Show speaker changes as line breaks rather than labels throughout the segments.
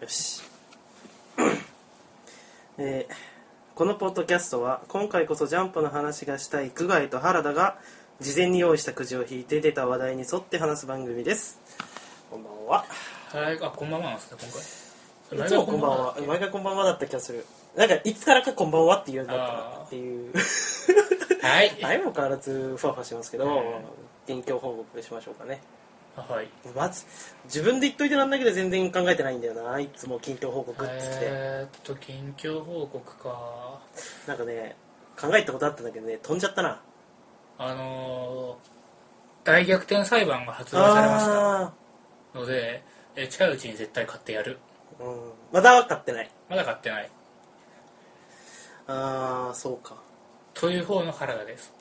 よし えーこのポッドキャストは今回こそジャンプの話がしたい久我井と原田が事前に用意したくじを引いて出た話題に沿って話す番組ですこんばんは
はい、あ、こんばんはなんですね、今
い
回。
つもこんばんは毎回こんばんはだった気がするなんかいつからかこんばんはって言うんだったなって いう
はい。
相も変わらずふわふわしてますけど
うん
近況報告しましょうかね
はい。
まず自分で言っといてなんだけど全然考えてないんだよないつも近況報告っつって、
えーっと、近況報告か。
なんかね考えたことあったんだけどね飛んじゃったな
あのー、大逆転裁判が発動されました
あ
ので、え近いうちに絶対買ってやる。
ーうん、まだ分かってない
まだ買ってない。
ああそうか
という方の原田です。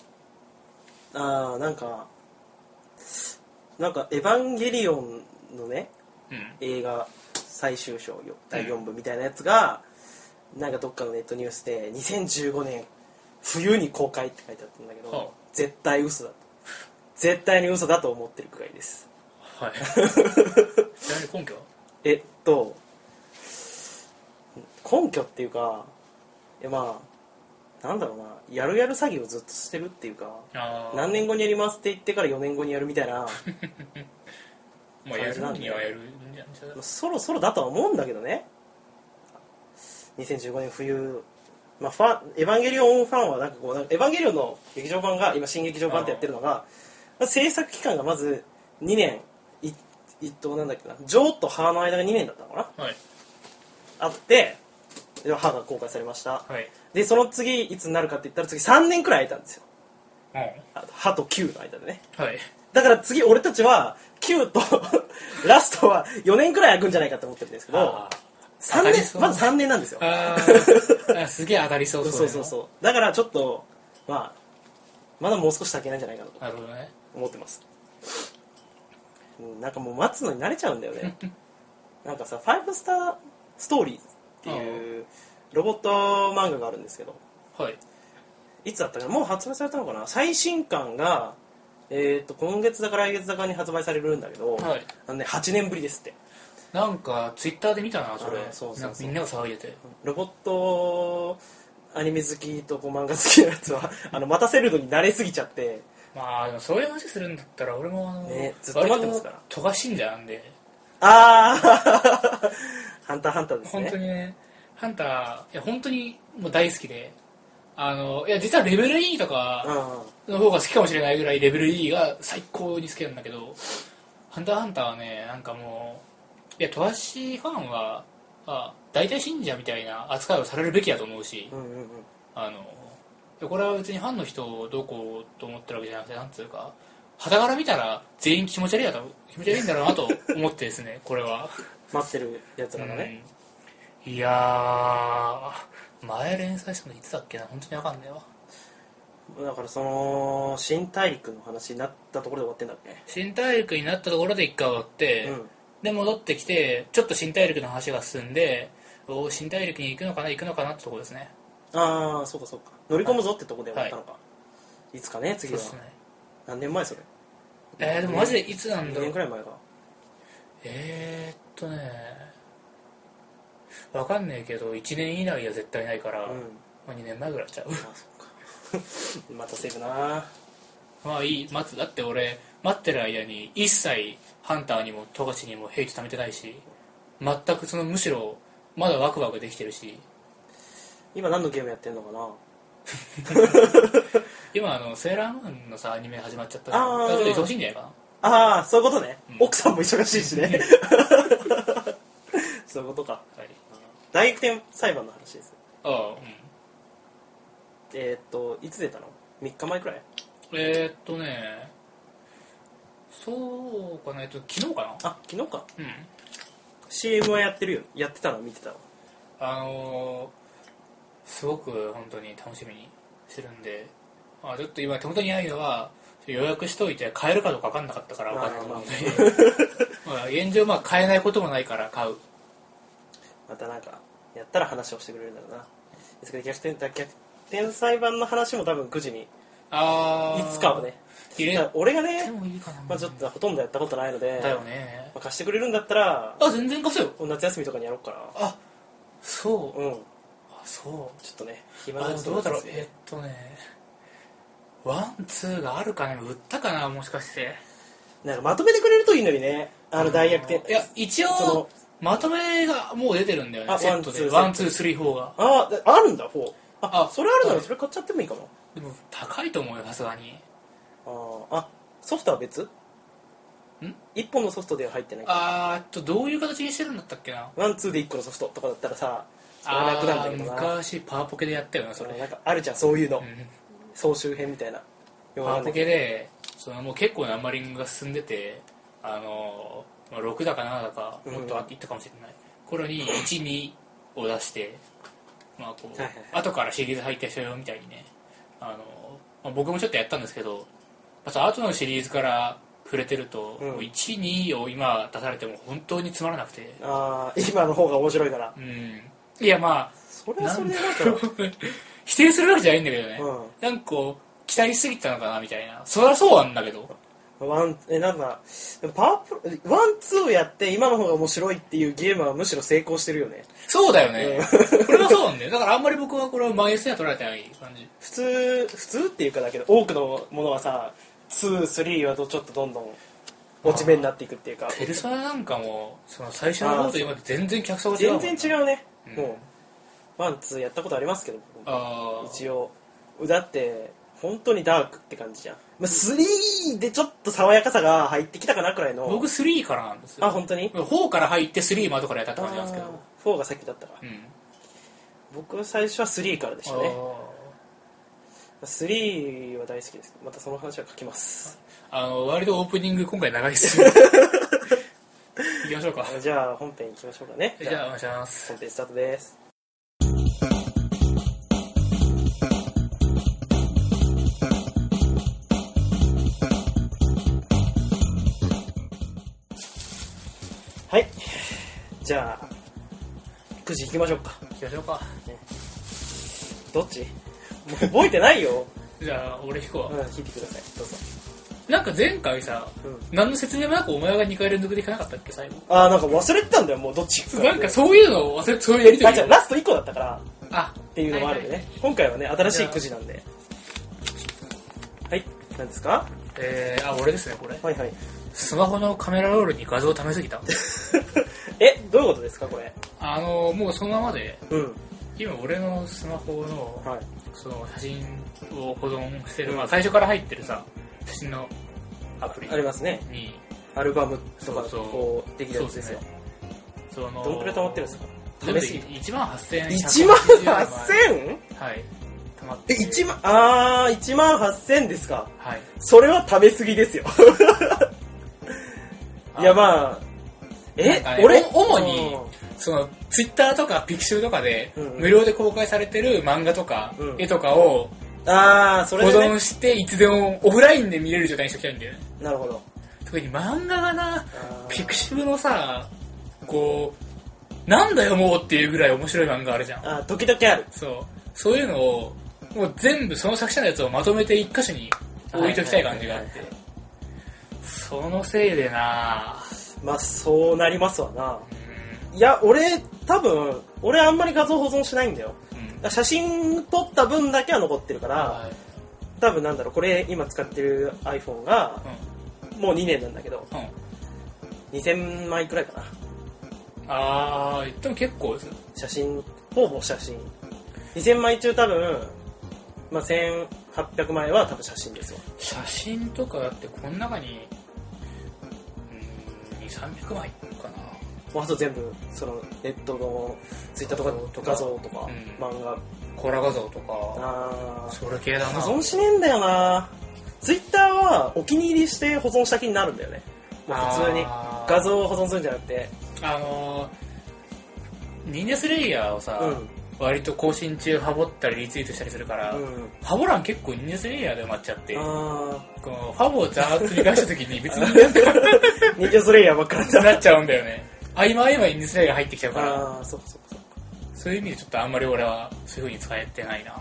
ああなんかなんか「エヴァンゲリオン」のね
うん。
映画最終章よ第4部みたいなやつが、なんかどっかのネットニュースで2015年冬に公開って書いてあったんだけど、
はあ
絶対嘘だと絶対に嘘だと思ってるくらいです
はい。ちなみに根拠は
えっと根拠っていうかいやまあなんだろうなやるやる詐欺をずっとしてるっていうか
あー
何年後にやりますって言ってから4年後にやるみたいな
まあ、
感
やる
じなんだ
にはやるんじゃない
そろそろだとは思うんだけどね2015年冬まあ、ファンエヴァンゲリオンファンはなんかこうなんかエヴァンゲリオンの劇場版が今新劇場版ってやってるのが制作期間がまず2年い一等なんだっけな「ジョー」と「ハー」の間が2年だったのかな
はい。
あってで歯が公開されました
はい。
でその次いつになるかって言ったら次3年くらい空いたんですよ
う
あ歯と9の間でね
ん。はい。
だから次俺たちは9と ラストは4年くらい空くんじゃないかと思ってるんですけど
あ
3
当たりそ
年
う
まず3年なんですよ
ーあ ー。あすげえ当たりそう
そう
そう
そうそうそうだからちょっとまあまだもう少し先なんじゃないかなと
なるほどね。
思ってますうんなんかもう待つのに慣れちゃうんだよ ねなんかさ「ファイブスターストーリーズ」っていうロボット漫画があるんですけど
はい。
いつだったかなもう発売されたのかな最新刊が、えー、と今月だか来月だかに発売されるんだけど、
はい
あのね、8年ぶりですって
なんかツイッターで見たなそれ
あーそうそうそう
なんかみんなが騒いでて
ロボットアニメ好きとこう漫画好きのやつは あの待たせるのに慣れすぎちゃって
まあでもそういう話するんだったら俺もあの、
ねずっと待ってますから
割と富樫信者なんで
ああハンターハ ンターです
本当
ね
にねハンターいや本当にもう大好きであのいや実はレベル E とかの方が好きかもしれないぐらいレベル E が最高に好きなんだけどハンターハンターはねなんかもういや富樫ファンはあ大体信者みたいな扱いをされるべきだと思うし、
うんうんうんうん
あのいやこれは別にファンの人をどうこうと思ってるわけじゃなくてなんつうか傍から見たら全員気持ち悪いだと気持ち悪いんだろうなと思ってです ねこれは、
待ってるやつらがね、
うんいやー前連載したのいつだっけな本当にわかんないわ
だからその新大陸の話になったところで終わってんだっけ
新大陸になったところで一回終わって、
うん
で戻ってきてちょっと新大陸の話が進んでおー新大陸に行くのかな行くのかなってところですね
ああそうかそうか乗り込むぞってとこで終わったのか、い、つかね次
そ
は
うですね
何年前それ
えー、でもマジでいつな
2
んだろう
年くらい前か
えー、っとねわかんねえけど1年以内は絶対ないから、
うん
まあ、2年前ぐらいちゃう
あそっか またセーブな
まあいい待つだって俺待ってる間に一切ハンターにも富樫にも兵器貯めてないし全くそのむしろまだワクワクできてるし
今何のゲームやってんのかな
今あのセーラームーンのさアニメ始まっちゃった
あー
からちょっと忙しいんじゃないか
ああそういうことね、
うん
奥さんも忙しいしね そういうことか
な、はい、
大逆転裁判の話です
ああうん
えー、っといつ出たの3日前くらい
えー、っとねそうかなえっと昨日かな
あ昨日か
うん
CM はやってるよやってたの見てたの
あのーすごく本当に楽しみにしてるんで、まあ、ちょっと今手元にないのは予約しといて買えるかどうか分かんなかったから分かんない
まあまあ
まあ現状まあ買えないこともないから買う
またなんかやったら話をしてくれるんだろうなですけど逆転だ逆転裁判の話も多分9時にい
ああ
つかはねだ
入
か
れ
ら俺が
て
ね、
もいいかな、
まあ、ちょっとほとんどやったことないので
だよね
まあ、貸してくれるんだったら
あ全然貸せよ
夏休みとかにやろうか
あそう、
なうん
あそう
ちょっとね
あ
暇
で
な
もどうだろう
夏休み
えっとねワンツーがあるかね売ったかなもしかして
なんかまとめてくれるといいのにねあの大逆転
いや一
そ
応
の
まとめがもう出てるんだよね
あ
セットで
ワ
ワ
ン
ン
ツ
ツ
ー
ースリーフォーが
あああるんだフォーあ
あ
それあるな
は
ら
い
それ買っちゃってもいいかも
でも高いと思うよさすがに
あーあソフトは別ん1本のソフトでは入ってない
あーっとどういう形にしてるんだったっけな
ワンツーで1個のソフトとかだったらさそれは
あ
楽なんだけど
ー
な
昔パワポケでやったよなそ
そ
れ、
のなんかあるじゃんそういうの、
うん
総集編みたいな
パワポケでそのもう結構ナンバリングが進んでてあの、まあ、6だか7だかもっといったかもしれない、頃に12を出して、まあこう
はいはい
後からシリーズ入った人用みたいにねあの、まあ僕もちょっとやったんですけどまた後のシリーズから触れてると、
うん
もう12を今出されても本当につまらなくて
ああ今の方が面白いから
うんいやまあ
それは
な
そ
ん
れ
だ
でなんか
ろう 否定するわけじゃないんだけどね、
うん
なんかこう期待しすぎたのかなみたいなそりゃそうなんだけど
ワンえなんかでもパワープロワンツーをやって今の方が面白いっていうゲームはむしろ成功してるよね
そうだよね。これはそうなんだよ。だからあんまり僕はこれをマイナスには取られてない感じ。
普通普通っていうかだけど多くのものはさ23はどちょっとどんどん落ち目になっていくっていうか
ペルソナなんかも、その最初の方と今と全然客層が違うも
全
ん。
然
う。
違うね、
ん
もうワンツーやったことありますけど僕も
ああ。
一応だって本当にダークって感じじゃん、まあ、3でちょっと爽やかさが入ってきたかなくらいの
僕3からなんですよ。
あ本当に
4から入って3までからやったって
あ
感じなんですけ
ー
ど。
4が先だったから、
うん。
僕は最初は3からでしたね3は大好きですけどまたその話は書きます
あーあの、割とオープニング今回長いっすよ。行きましょ うか。
じゃあ本編行きましょうかね
じゃあ、お願いします。
本編スタートですはいじゃあくじ行きましょうか
行きましょうか。
どっちもう覚えてないよ、
じゃあ、俺引こ
うん、聞いてくださいどうぞ、
う。なんか前回さ、
うん、
何の説明もなくお前が2回連続で行かなかったっけ、最後。
ああなんか忘れてたんだよもうどっち行く
なんかそういうのを忘れて、そういうやりと
あ
り
じゃ
を
あラスト1個だったから
あ、
っていうのもあるんでね、今回はね新しいくじなんではい何ですか
えー、あ、俺ですね、これ。
はいはい
スマホのカメラロールに画像を溜めすぎた。
えどういうことですかこれ
あのもうそのままで、
うん
今俺のスマホの、
はい
その写真を保存してる、まあ最初から入ってるさ、写真のアプリ
ありますね
に、
アルバムとか
そうそう
こうできるやつですよ
その、
どんくらい溜まってるんですか
全部で1万8000円。
1万 8000?
はい。溜まっ
え
てる。
1万あー1万8000ですか
はい。
それは食べ過ぎです よいやまあ
な
え
んかね
俺
お主に
うん
その、ツイッターとかピクシブとかで
うんうん、
無料で公開されてる漫画とか
う、ん
絵とかを
ああそ
保
れで、ね
存、して、いつでもオフラインで見れる状態にしときたいんだよね。
なるほど
特に漫画がな、
あー
ピクシブのさ、こう、なんだよもうっていうぐらい面白い漫画あるじゃん。
あー時々ある
そう。そういうのを、もう全部その作者のやつをまとめて一箇所に置いときたい感じがあっ
はいはい
て
はい。
そのせいでな
まあそうなりますわな
う
いや俺多分俺あんまり画像保存しないんだよ
ん。うん
写真撮った分だけは残ってるから
はい
多分なんだろうこれ今使ってる iPhone がもう2年なんだけど
うん。うん。
2000枚くらいかな
あー、言っても結構ですよ。
写真ほぼ写真2000枚中多分、まあ、1800枚は多分写真ですよ
写真とかだってこの中に、うん、2、300枚かな。
もうあと全部そのネットの Twitter とかの画像とか、
うん
漫画
コラ画像とか、
あー
それ系だな。
保存しねえんだよな Twitter はお気に入りして保存した気になるんだよねもう普通に
あー
画像を保存するんじゃなくて
あのー、ニンジャスレイヤーをさ、
うん
割と更新中ハボったりリツイートしたりするから、
うん
ハボ欄結構ニンジャスレイヤーで埋まっちゃって、
あ
このファボをざーっと繰り返した時に別 になんか
ーニンジャスレイヤーばっかりだ
なっちゃうんだよね。合間合間にニンジャスレイヤー入ってきちゃうから、
ああそうかそうかそうか
そういう意味でちょっとあんまり俺はそういう風に使えてないな。
あ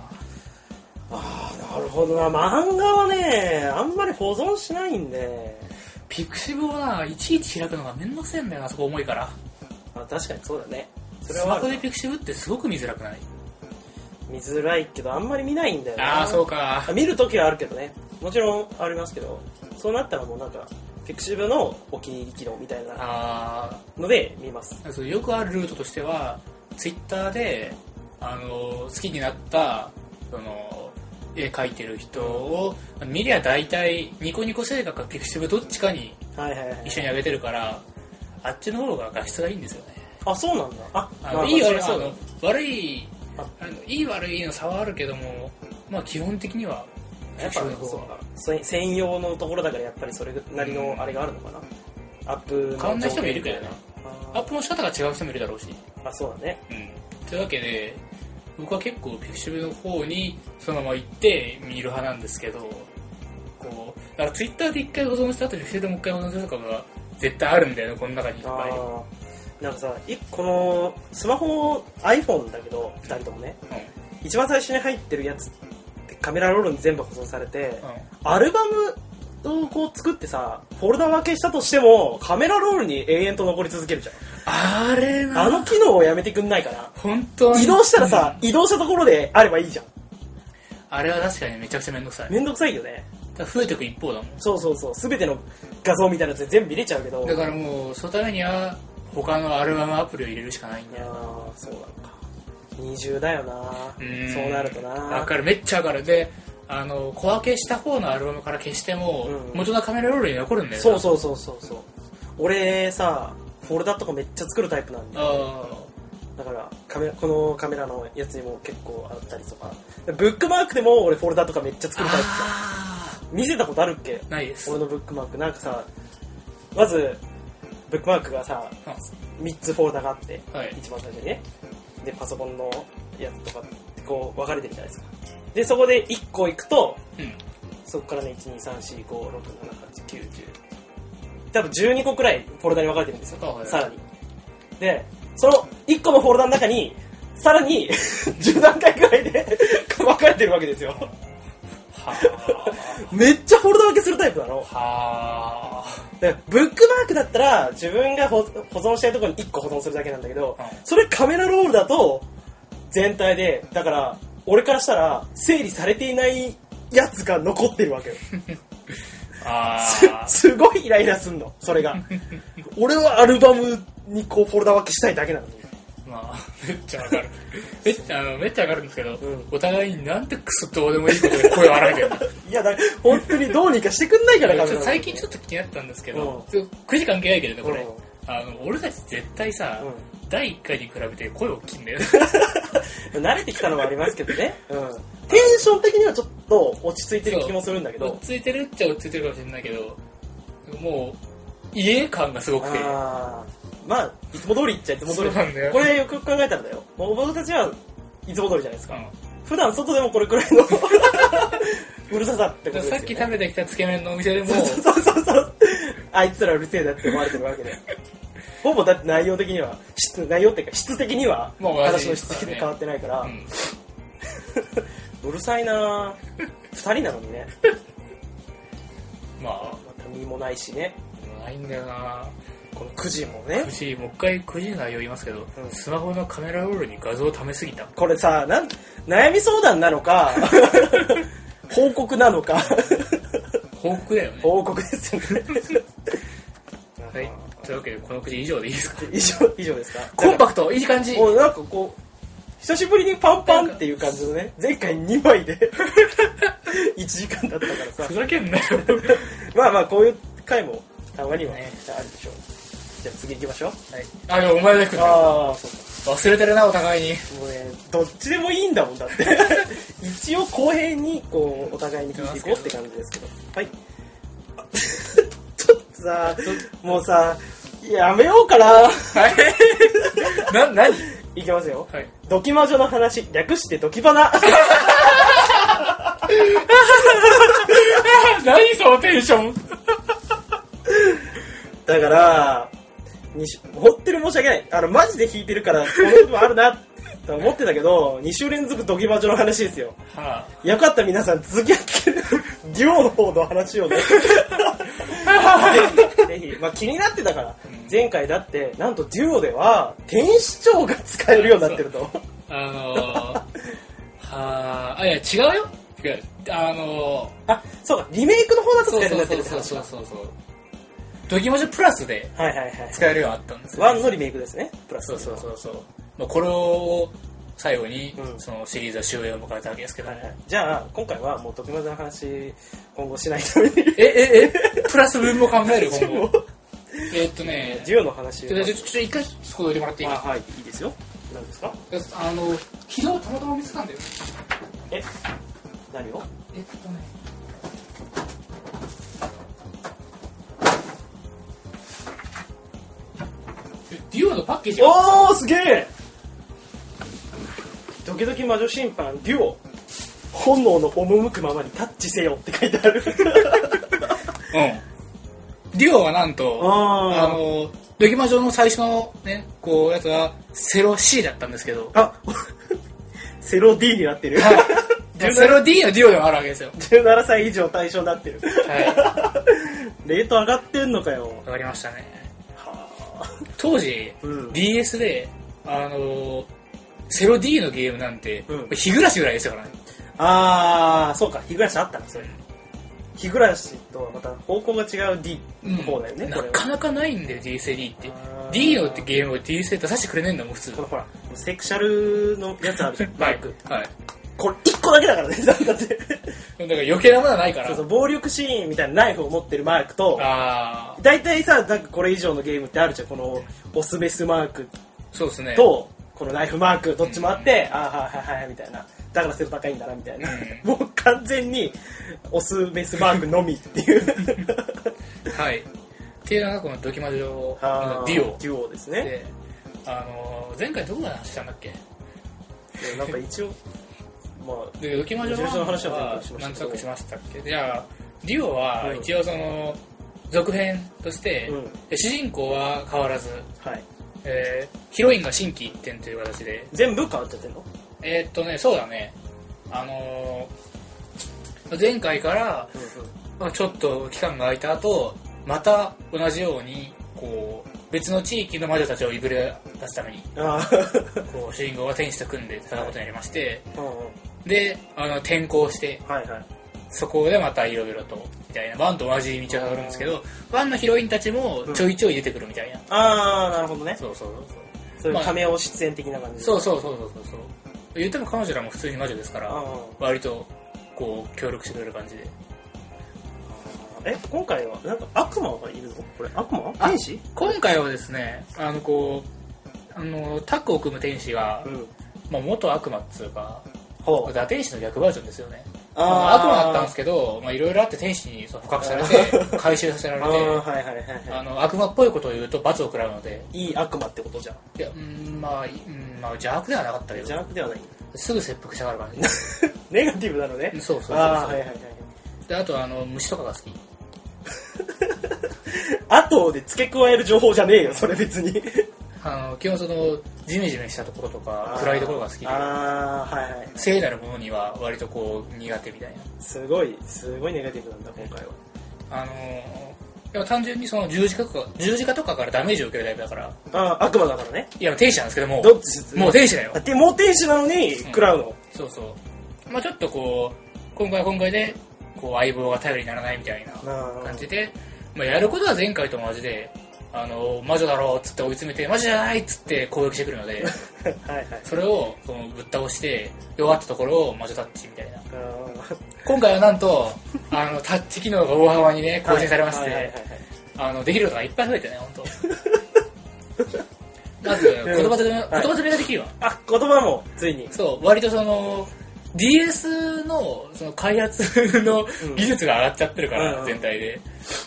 あなるほどな漫画はねあんまり保存しないんで
ピクシブをないちいち開くのがめんどくせえんだよなそこ重いから
あ確かにそうだねそれ
ス
は
マ
あ
ホ
る
でピクシブってすごく見づらくない
見づらいけどあんまり見ないんだよな
ああそうか
見るときはあるけどねもちろんありますけどそうなったらもうなんかピクシブのお気に入り機能みたいな
あ
ので見ます
あそうよくあるルートとしてはツイッターであの好きになったその絵描いてる人を見りゃ大体ニコニコ生画かピクシブどっちかに
はいはいはい
一緒に上げてるからあっちの方が画質がいいんですよね
あそうなんだあま
あの
あ
いい
そ
悪
りゃ
い
そうだ
あの悪い
あ
あのいい悪いの差はあるけどもまあ基本的には
やっぱ
の方
そう
が
かせ専用のところだからやっぱりそれなりのあれがあるのかな、アップの
変わんない人もいるけどねアッ
あ
プの仕方が違う人もいるだろうし
ーあそうだね
うんというわけで僕は結構ピクシブの方にそのまま行って見る派なんですけどこうだからツイッターで一回保存した後にピクシブでもう一回保存するとかが絶対あるんだよねこの中にいっぱい
ああなんかさいこのスマホ iPhone だけど2人ともね一番最初に入ってるやつってカメラロールに全部保存されて、
うん、うん
アルバムをこう作ってさフォルダ分けしたとしてもカメラロールに永遠と残り続けるじゃ
あれ
んあ
な
の機能をやめてくんないかな
本当に
移動したらさ、移動したところであればいいじゃん
あれは確かにめちゃくちゃめんどくさい
めんどくさいよね
だから増えていく一方だもん
そうそうそう全ての画像みたいなやつで全部入れちゃうけど
だからもうそのためには他のアルバムアプリを入れるしかないん
い
だ
や
よ
ーそうなのか二重だよな
うん
そうなるとな
わかるめっちゃわかるであの小分けした方のアルバムから消しても、
うん
元のカメラロールに残るんだよな
そうそうそうそうそう俺さフォルダとかめっちゃ作るタイプなんで
あ
だからカメラこのカメラのやつにも結構あったりとかブックマークでも俺フォルダとかめっちゃ作るタイプじゃん
あ
見せたことあるっけ
ーないです
俺のブックマークなんかさまずブックマークがさ3つフォルダがあって、
はい
一番最初にねでパソコンのやつとかってこう分かれてるじゃないですかでそこで1個いくと
うん
そこからね12345678910多分12個くらいフォルダに分かれてるんですよ、
あはい
さらにでその1個のフォルダの中にさらに 10段階くらいで 分かれてるわけですよ
は
めっちゃフォルダ分けするタイプなの
あは
でブックマークだったら自分が保保存したいところに1個保存するだけなんだけど、
うん
それカメラロールだと全体でだから俺からしたら整理されていないやつが残ってるわけよ
ああ あ
すごいイライラすんのそ れが俺はアルバムにこうフォルダ分けしたいだけなのに
まあめっちゃわかるめっちゃあのめっちゃわかるんですけど、
ん
お互いになんてクソどうでもいいことで声を荒げてるの
いやだ本当にどうにかしてくんないから
い
カメラロー
やちょっと
ル
最近ちょっと気になったんですけど
うん、
ちょっとくじ関係ないけどね、これ。
う
あの、俺たち絶対さ、
う
第1回に比べて声大きいんだよね。
慣れてきたのはありますけどね、 うん、テンション的にはちょっと落ち着いてる気もするんだけ
落
ど
ち着いてるっちゃ落ち着いてるかもしれないけど、もう、家感がすごくて。
あーまあいつも通りっちゃいつも通
そう
り
なんだよ。
これよくよく考えたらだよもう僕たちはいつも通りじゃないです
う
か、
ん
普段外でもこれくらい のうるささってこと
だから
です
さ
よ、ね、
っき食べてきたつけ麺のお店でも、
そうそうそうそうあいつらうるせえなって思われてるわけでほぼだって内容的には質内容っていうか質的には
まあ同
話
じ
の
です
質的
からね
に変わってないから、う
うん
るさいな2人なのにね
まあ、
また身もないしね
ないんだよな
この9時もね
くじ、もう一回くじの内容言いますけど、
うん
スマホのカメラロールに画像を溜めすぎた。
これさなん悩み相談なの か報告なのか
報告だよね。
報告ですよね
はい。というわけで、このくじ以上でいいですか
以上以上ですか
コンパクト、いい感じ。
もうなんかこう久しぶりにパンパンっていう感じのね前回2枚で 1時間だったからさ
ふざけんなよ。
まあまあこういう回もたまにはある
ね
でしょうじゃあ次行きましょう
はい、あ、でもお前だけ
ああそうか
忘れてるな、お互いに。
もうねどっちでもいいんだもんだって 一応公平にこうお互いに聞いていこうって感じですけどはいあ ちょっとさもうさやめようかな
はい。 な、何
いきますよ
はい。
ドキ魔女の話略してドキバナ
何そのテンション
だから、にし、本当に申し訳ない。あの、マジで弾いてるから、この部分あるな。と思ってたけど、2週連続ドギバジョの話ですよ。
は
よかった皆さん、続きやってる、デュオの方の話 をね。ぜひ、まあ気になってたから、前回だって、なんとデュオでは、天使長が使えるようになってると。
あ、あのー、はあ、あ、いや、違うよ。いやあの
あ、そうか、リメイクの方だ
ー、
と使えるようにな
そう
って
そ
るっ
う
て
そ
話
うそ
か
う。そうそう。ドキマジョプラスで
はいはいはい。
使えるようになったんですよ。
ワンのリメイクですね、プラス。
そうそうそうそう。まあ、これを最後に、
うん
そのシリーズは終焉を迎えたわけですけど、
はいはい、じゃあ、今回はもうドキマジョの話、今後しないために、
え、え、え、プラス分も考 える、今後。えーっとね、
デュオの話を。
ちょ、ちょ、ちょちょ、一回、そこどいてもらっていい
あ、
か
はい、いいですよ。何ですか
あの、昨日たまたま見つかんだよ。
え何を
えっとね。デュオのパッケージが
おーすげえドキドキ魔女審判デュオ本能の赴くままにタッチせよって書いてある
うん。デュオはなんと、
あー
あの、ドキマ上の最初のね、こう、やつは、セロ C だったんですけど、
あセロ D になってる
はいセロ D のデュオでもあるわけですよ。
17歳以上対象になってる
はい。わ
レート上がってんのかよ
かりましたね。
は
当時、
うん
DS で、あの、セロ D のゲームなんて、
うん
日暮らしぐらいですからね。
ああーそうか日暮らしあったなそれ日暮らしとはまた方向が違う D の方だよね、こ
な
れ
か
は
なかないんだよ、DSD って
あー。
D のってゲームを DS で出させてくれねえんだもん、普通。
このほらセクシャルのやつあるじゃんバイク
はい。
これ1個だけだからね だって
だから余計なものはないから。
そうそう暴力シーンみたいなナイフを持ってるマークと
ああ、
大体さなんかこれ以上のゲームってあるじゃんこのオスメスマーク
そうですね。
とこのナイフマークどっちもあって、ああはいはいはいみたいなだから背の高いんだなみたいな、
う
もう完全にオスメスマークのみっていう
はい。っていうのがこのドキマジョ
あー
デュ
デュオです
オ
ね
で、あのー前回どこまで話したんだっけ
でなんか一応まあ
でドキマジョ
ドキマジョの話は前回しました
なん
けど
となくしましたっけじゃあ、デュオ
う
は
ん
一応その、続編として、
うん
で主人公は変わらず、
はい
えーヒロインが新規一転という形で、
全部変わっちゃってんの
えーっとね、そうだね。あのー前回から、まあ、ちょっと期間が空いた後、また同じように、こう、別の地域の魔女たちをいぶり出すために、
ああ
こう、主人公が天使と組んで戦うことになりまして、
うんうん
で、あの、転校して、
はいはい
そこでまたいろいろと、みたいな、ワンと同じ道をたどるんですけど、ワンのヒロインたちもちょいちょい出てくるみたいな。
ああなるほどね
そうそうそうそう。
そういう亀尾出演的な感じ
そううそうそうそうそうそう。言っても彼女らも普通に魔女ですから、
ああ
割とこう協力してくれる感じで
え今回はなんか悪魔がいるのこれ悪魔
あ
天使
今回はですねあのこうあのタッグを組む天使が、
ん
まあ、元悪魔っつうか
ほう
打天使の逆バージョンですよね
あ
あの悪魔だったんですすけどまあいろいろあって天使にその捕獲され て回収させられ
あー
て
はいはいはいは
あの悪魔っぽいことを言うと罰を食らうので
いいい悪魔ってことじゃん
いやうんまあ、うんまあ、邪悪ではなかったけ
邪
ど
悪ではない
すぐ切腹したがる感じ
ネガティブなのね
そうそうそうそう
ああはいはいはい
であとあの虫とかが好き
あとで付け加える情報じゃねえよそれ別に
あの基本そのジメジメしたところとか暗いところが好きで
ああはいはい
聖なるものには割とこう苦手みたい
すごいすごいネガティブなんだ今回は
なあのー、いや単純にその十字架とか十字架とかからダメージを受けるタイプだから
ああ悪魔だからね
いや天使なんですけども
どっち
もう天使だよ
だってもう天使なのに食らうの
そうそうまあちょっとこう今回は今回でこう相棒が頼りにならないみたいな
あ
感じで、まあ、やることは前回と同じであのー魔女だろうっつって追い詰めて魔女じゃないっつって攻撃してくる ので
ーはいはい
それをそのぶっ倒して弱ったところを魔女タッチみたいな
あー
今回はなんとあのタッチ機能が大幅にね更新されまし
はいはいは
て
いはい
あのできることがいっぱい増 えてね本当まず言葉詰め言葉詰めができるわ、
あ言葉もついに
そう割とその DS のその開発の
うん
技術が上がっちゃってるから、
うん
全体で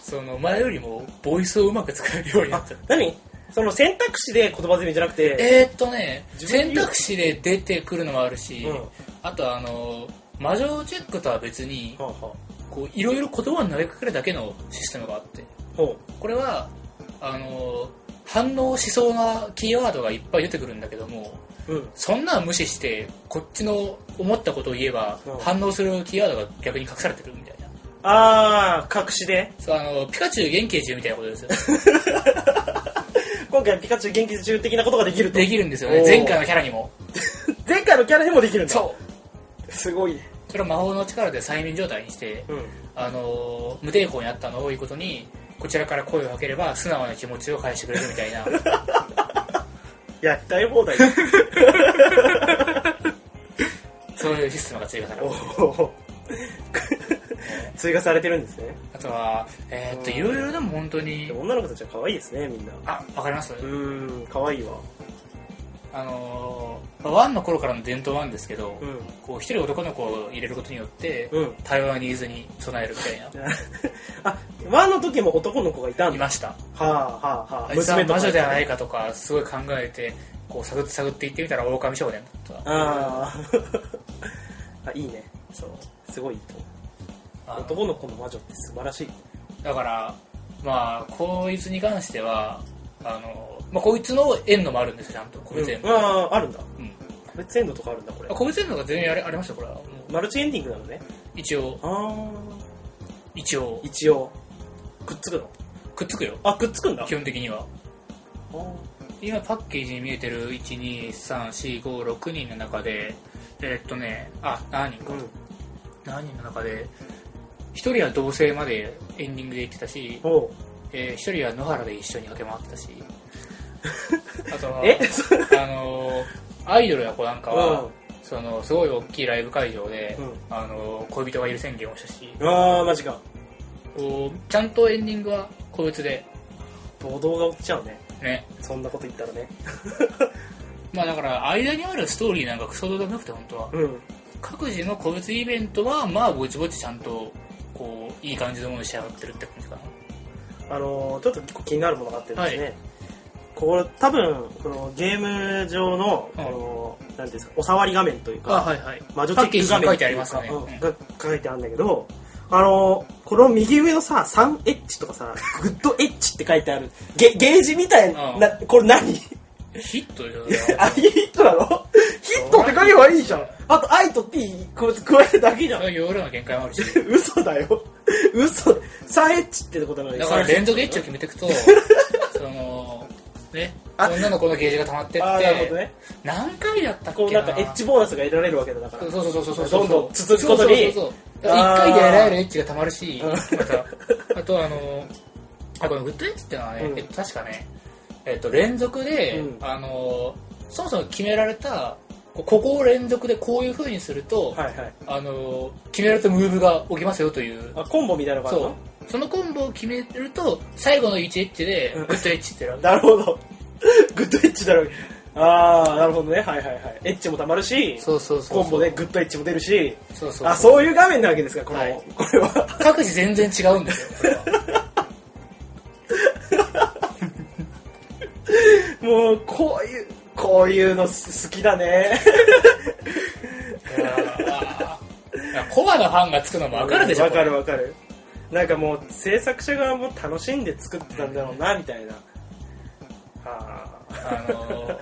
その前よりもボイスをうまく使えるようになっちゃった
何その選択肢で言葉詰めじゃなくて、
えー、っとね
自分
選
で言う
択肢で出てくるのもあるし、
うん
あとはあの魔女チェックとは別に
ほうほ
こういろいろ言葉を投げかけるだけのシステムがあって
うほ
これはあの反応しそうなキーワードがいっぱい出てくるんだけども
うん
そんなん無視してこっちの思ったことを言えば
うん
反応するキーワードが逆に隠されてるみたいな
ああ隠しで
そうあのピカチュウ元気中みたいなこと ですよ
今回ピカチュウ元気中的なことができると
できるんですよね
おー
前回のキャラにも
前回のキャラにもできるんだ
そう
すごいね
それは魔法の力で催眠状態にして
うん
あの無抵抗にあったのをいいことにこちらから声をかければ素直な気持ちを返してくれるみた いな
やりたい放題
そういうシステムが追加さ れ
お
る
お追加されてるんですね
あとはえーっと
うん
いろいろでも本当
で
に
も女の子たちは可愛いですねみんな
あわかります
うーん可愛いわ
あのーワンの頃からの伝統なんですけど、
うん
こう一人男の子を入れることによって、
うん
対話ニーズに備えるみたいな、
あワンの時も男の子がいたん
い
だ
ました
はあはあは
あ
あ
いつは
娘と
魔
か
女ではないかとかすごい考えてこう探って探っていってみたら狼少年だった
あ ああいいね
そう
すごいいいと思
あ
う
の
男の子の魔女って素晴らしい
だからまあこいつに関してはあの、まあ、こいつの縁のもあるんですよちゃんと個別縁
う
の、
ん、あああるんだ
うん
個別エンドとかあるんだこれ
あ個別縁のが全然あれありましたこれはもう
マルチエンディングなのね
一応
ああ
一応
一応くっつくの
くっつくよ
あくっつくんだあ
基本的には今パッケージに見えてる123456人の中でえーっとねあ何人か、
うん
何人の中で1人は同棲までエンディングで行ってたし、
おう
え1人は野原で一緒に駆け回って たしあとは
え
あのーアイドルの子なんかは、
うん
そのすごい大きいライブ会場で、
うん
あのー恋人がいる宣言をしたし
ああマジか
こうちゃんとエンディングは個別で
暴動が起きちゃうね
ね
そんなこと言ったらね
まあだから間にあるストーリーなんかクソどうでもよくて本当は
うん
各自の個別イベントはまあぼちぼちちゃんとこういい感じのものに仕上がってるって感じか
あのーちょっと結構気になるものがあってですね、
は
これ多分このゲーム上のこ
はい
の、なんていうんですかお触り画面という
な
か
いはい
魔女チ
パ
ェ
ッケー
ック
ジ
画
に
面っ
書いて
て
あ
い
り
う
ます
か
ね、
うんが書いてあるんだけどあのーこの右上のさ 3H とかさ グッドエッジって書いてあるゲゲージみたいな、
うん
なこれ何
うんヒットでしょ
あいいヒットな のヒットって書けばいいじゃんあと愛と T こう加えるだけじゃん
それは容量の限界もあるし
嘘だよ 嘘 3H ってことなのに
だから
3H
連続エッジを決めてい くとそのね
あ
女の子のゲージが溜まってっ
ああなるほ
て
どね
何回だったっけ
こうなんかエッジボーナスが得られるわけだだか
そ
ら
うそうそうそうそう
どんどん続くことに
そうそうそうそうだから一回でやられるエッジがたまるし
うん
またあとあのあこのグッドエッジってのはね、
うん
えっと確かねえっと連続で、
うん
あのそもそも決められたこここを連続でこういう風にすると、
はいはい
あの決められたムーブが起きますよという
あコンボみたいなのがある
そう
の
そのコンボを決めると最後の1エッジでグッドエッジってなる
なるほどグッドエッジだろうああなるほどねはいはいはいエッジもたまるし
そうそうそうそう
コンボでグッドエッジも出るし
そうそう
あそういう画面なわけですかこの、
はい
これは
各自全然違うんですよこれは
もうこういうこういうのす好きだね
あーコアのファンがつくのもわかるでしょ
わかるわかるなんかもう制作者側も楽しんで作ってたんだろうなみたいなあ
これあの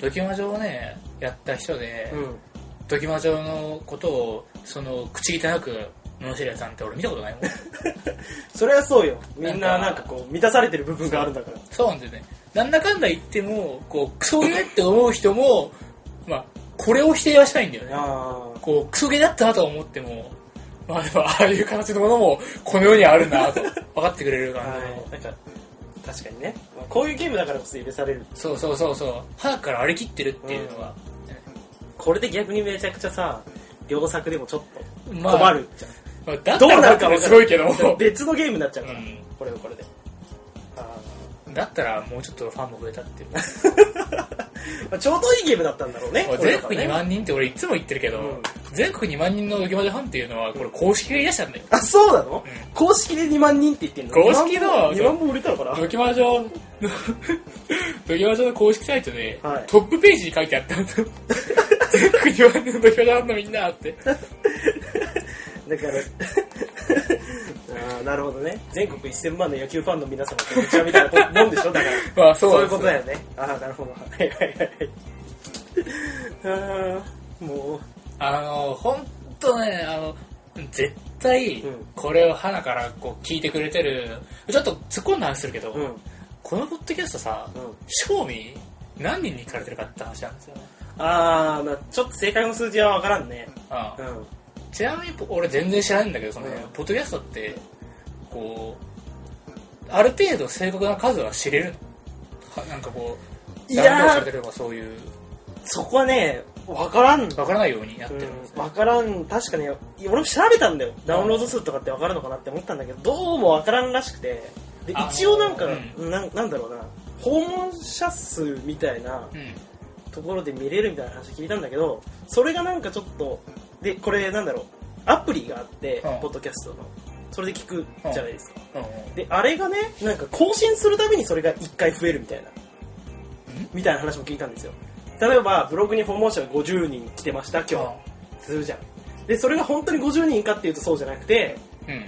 ドキュマ上をねやった人で、
あうん
ドキュマ上のことをその口汚く罵るやつなんて俺見たことないもん
それはそうよみんな
な
なんん
か
かこう満たされてる部分があるんだから
そうなんですよねなんだかんだ言ってもこうクソゲーって思う人もまあこれを否定はしないんだよね
ああ
こうクソゲーだったなとは思ってもまあでもああいう形のものもこの世にあるんだなと分かってくれる感じの、
なんか確かにね、まあこういうゲームだからこそ許される
そうそうそうそう早くから荒れ切ってるっていうのが、
これで逆にめちゃくちゃさ両作でもちょっと
まあ
困るじゃん、
まあ、だった
どうな
ら
るか
も
も
すごいけども
別のゲームになっちゃうから、
うん
これはこれであ
だったらもうちょっとファンも増えたっていう
ー、まあ、ちょうどいいゲームだったんだろうね
まあ全国2万人って俺いつも言ってるけど、
うん
全国2万人のドキュマジファンっていうのはこれ公式が言い出したんだよ
あそうなの、
うん
公式で2万人って言ってんの
公式の
2万本売れたのかな
ドキュマジョの ドキュマジョの公式サイトで、
はい
トップページに書いてあったんだよ全国2万人のドキュマジョファンのみんなって
だから あああなるほどね全国1000万の野球ファンの皆様とこちらみたいなもんでしょだから
まあ
そう
そ
い
うで
う
す
ことだよねああなるほどはいはいはいああもう
あの本当ねあの絶対
うん
これを花からこう聞いてくれてるちょっと突っ込んだ話するけど、
うんうん
このポッドキャストさ、賞味何人に聞かれてるかって話なんですよね、
ああまあちょっと正確の数字は分からんね
あ
うんうん
ちなみに俺全然知らないんだけどその、ね
うん
ポッドキャストってこうある程度正確な数は知れるはなんかこう
いやー
ダウンロードされてればそういう
そこはね分からん
わからないようになってるんです
わ
ね、
からん確かね俺も調べたんだよダウンロード数とかってわかるのかなって思ったんだけどどうもわからんらしくてで
あ
一応なんか、
う
なんなんだろうな訪問者数みたいな
うん
ところで見れるみたいな話聞いたんだけどそれがなんかちょっとでこれなんだろうアプリがあって、
うん
ポッドキャストのそれで聞くじゃないですか、
うん
であれがねなんか更新するたびにそれが1回増えるみたいなみたいな話も聞いたんですよ例えばブログに訪問者が50人来てました今日、するじゃんでそれが本当に50人かっていうとそうじゃなくて
うん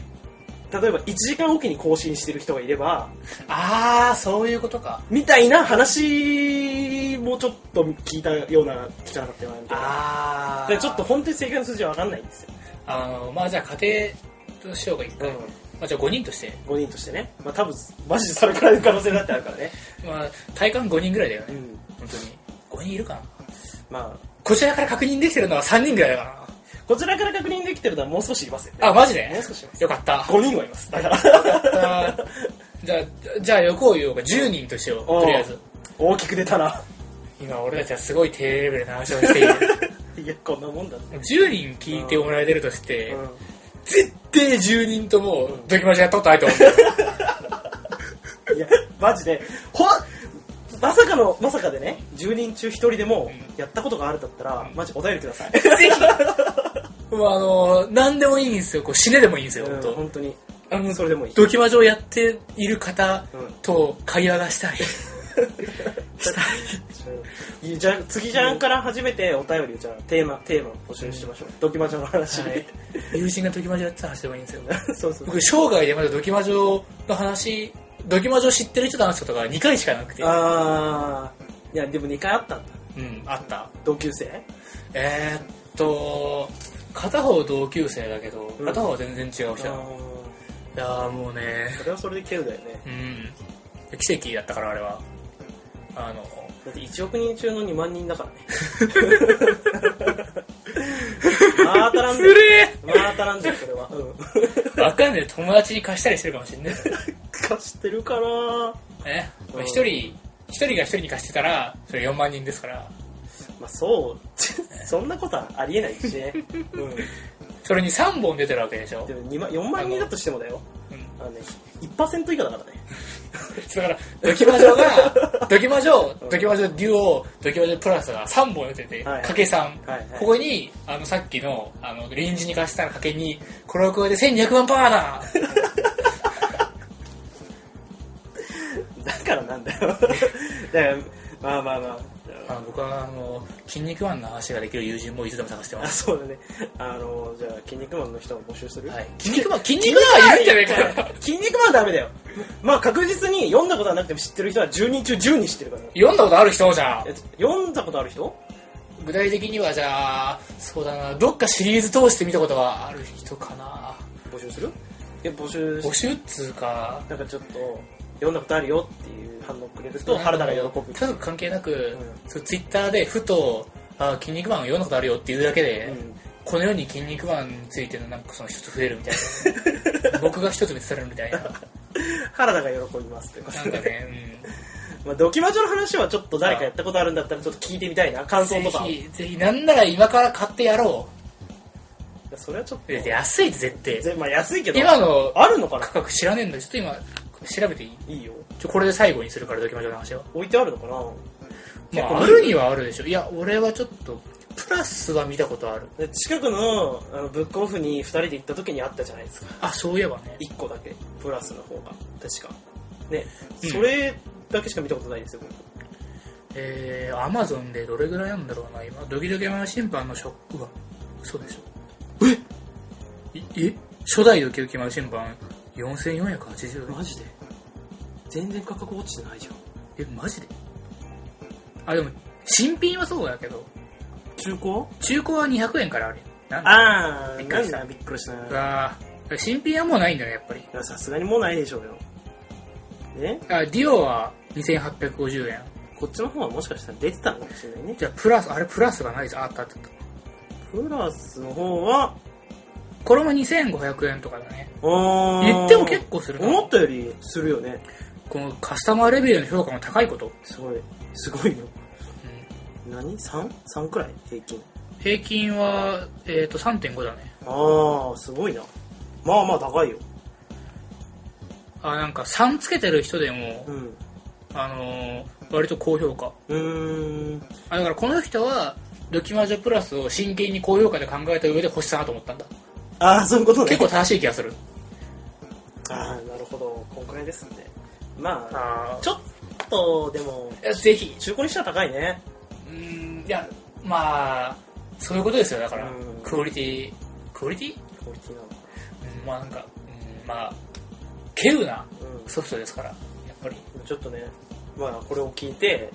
例えば1時間おきに更新してる人がいれば
ああそういうことか
みたいな話もちょっと聞いたような聞かなかったようなみたいなだ
あ
か
あ
らちょっと本当に正解の数字は分かんないんですよ、
あのまあじゃあ家庭としようが一回、まあ、じゃあ5人として、
5人としてねまあ多分マジでそれくらいの可能性だってあるからね
まあ、体感5人ぐらいだよ
うん
ね、本当に5人いるかな
ま
こちらから確認できてるのは3人ぐらいだか
あこちらから確認できてるのはもう少しいますよね
らあマジで
もう少しいます
よか った
5人はいますだから
あーじゃあじゃあ旅行 言おうか10人としよう
おう
とりあえず
大きく出たな
今俺たちはすごい低レベルな話をしている
いやこんなもんだって、
10人聞いてもらえてるとして、
うん
絶対10人ともドキマジやったことないと 思うんだよ
いや、マジで、ほんまさかの、まさかでね、10人中1人でも
う、
やったことがあるだったら、マジお便りください。
ぜひ、まあ、あの、何でもいいんですよ。こう死ねでもいいんですよ、
うん
本当、
本当に。
あの
それでもいい。
ドキマジをやっている方
うん
と会話がしたい。したい。
いやじゃあ、次じゃんから初めてお便りを、じゃあ、テーマ、テーマを募集しましょう。ドキマジョの話。
はい、 友人がドキマジやってた話でもいいんですよ。
そうそう。
僕、生涯でまだドキマジの話、ドキマジを知ってる人と話したことが2回しかなくて。
あー、いや、でも2回あったんだ。
うん、あった。
同級生
えー、っと、片方同級生だけど、
うん
片方は全然違う人だ。い
あ
やーもうね
ー、それはそれでケウだよね。
うん。奇跡だったから、あれは。あの、
だって1億人中の2万人だから ね。まあ当たらん
つ
ぜ。
れー
まあ当たらんぜ、それは。うん。
わかんない友達に貸したりしてるかもしれない。
貸してるかな
ね。
う
まあ
ん
一、人、一人が一人に貸してたら、それ4万人ですから、
まあそうそんなことはありえないしね、うん、
それに3本出てるわけでしょ
で。も2万4万人だとしてもだよ
うん。
あの、ね、1%以下だからね
だから、ドキマジョ が、ドキマジョ、ドキマジョデュオ、ドキマジョプラスが3本出てて、
はいはい
かけ3。
はいはい
ここに、あの、さっきの、あの、臨時に貸したらかけ2、これを加えて1200万パーだ
だからなんだよ だからまあまあまあ
あの僕は、あの、筋肉マンの話ができる友人もいつでも探してま
あ
す。
そうだねあのじゃあ「筋肉マン」の人も募集する、
はい。筋肉マン、筋肉マンはいるんじゃないかな。
筋肉マンダメだよまあ確実に読んだことはなくても知ってる人は10人中10人知ってるから
読んだことある人じゃん
え。読んだことある人
具体的にはじゃあそうだなどっかシリーズ通して見たことがある人かな
募集するえ募集し
募集っつうか
なんかちょっと読んだことあるよっていう反応くれると原田が喜ぶ
家族関係なく
ん、
そうツイッターでふと「あ筋肉マン読んだことあるよ」っていうだけで、
うん
この世に筋肉マンについてのなんかその一つ増えるみた いな僕が一つ見つされるみたいなな
原田が喜びますということ
んか
で
ね、
まあ、ドキマジョの話はちょっと誰かやったことあるんだったらちょっと聞いてみたいな
う
感
ん、
想
ぜ
とか
ひぜひなんなら今から買ってやろ
それはちょっ
うで
と
安いって絶対
ぜまあ安いけど
今の
あるのかな
価格知らねえんだちょっと今調べていい
いいよ
ちょこれで最後にするからドキュマジョの話は
置いてあるのかな
ま
結構
あ、あるにはあるでしょ。いや、俺はちょっと、プラスは見たことある。
で近くのあのブックオフに2人で行った時にあったじゃないですか
あ、そういえばね。
1個だけプラスの方が確かね
うん
それだけしか見たことないですよ僕
えー、アマゾンでどれぐらいなんだろうな、今。ドキドキマン審判のショックは、嘘でしょ。えいえ初代ドキドキマン審判、 4480円
マジで全然価格落ちてないじゃん
えマジであでも新品はそうだけど
中古
中古は200円からあるよなんだ
ああ
びっくり
何
した
だびっくりした
うわー新品はもうないんだねやっぱり
いやさすがにもうないでしょうよね
あディオは2850円
こっちの方はもしかしたら出てたのかもしれないね
じゃあプラスあれプラスがないじゃんああったあったあった
プラスの方は
これも2500円とかだね言
言
っても結構するな
思ったよりするよね
このカスタマーレベルの評価の高いこと、
すごいすごいよ
うん
何 3? 3くらい平均
平均は、えー、と3.5だね
ああすごいなまあまあ高いよ
あなんか3つけてる人でも
う、ん
あのー割と高評価
うーん
あだからこの人はドキマジョプラスを真剣に高評価で考えた上で星さなと思ったんだ
ああそういうことね
結構正しい気がする
ああなるほどこんくらいですんでまあ
あ
ちょっとでも
ぜひ
中古にしては高いね
うーんいやまあそういうことですよだから
うん
クオリティクオリティ
クオリティなのか
うんまあなんか、うん、まあ稀有なソフトですからやっぱり
うんちょっとねまあこれを聞いて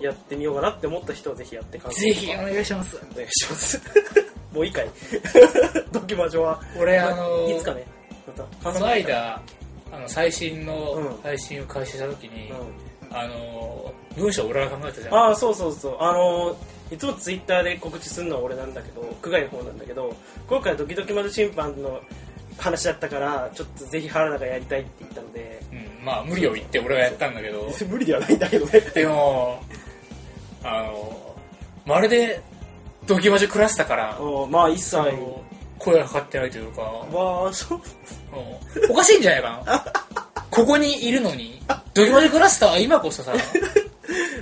やってみようかなって思った人はぜひやって感想
ぜひお願いします
お願いします もういい かいドキマジョは
俺
ま
あの
いつかねまた
こ
感
の
想会か
間あの最新の
うん
配信を開始した時に、
うん
あの文章を俺が考えたじゃん
ああそうそうそうあのーいつもツイッターで告知するのは俺なんだけど区外の方なんだけど今回はドキドキマル審判の話だったからちょっとぜひ原田がやりたいって言ったので
うん、まあ無理を言って俺がやったんだけど
無理ではないんだけどね
でもあのまるでドキマジクラスタから
おまあ一切
あの声がかかってないというか
わあそう
うんおかしいんじゃないかなここにいるのにドキマジクラスターは今こそさ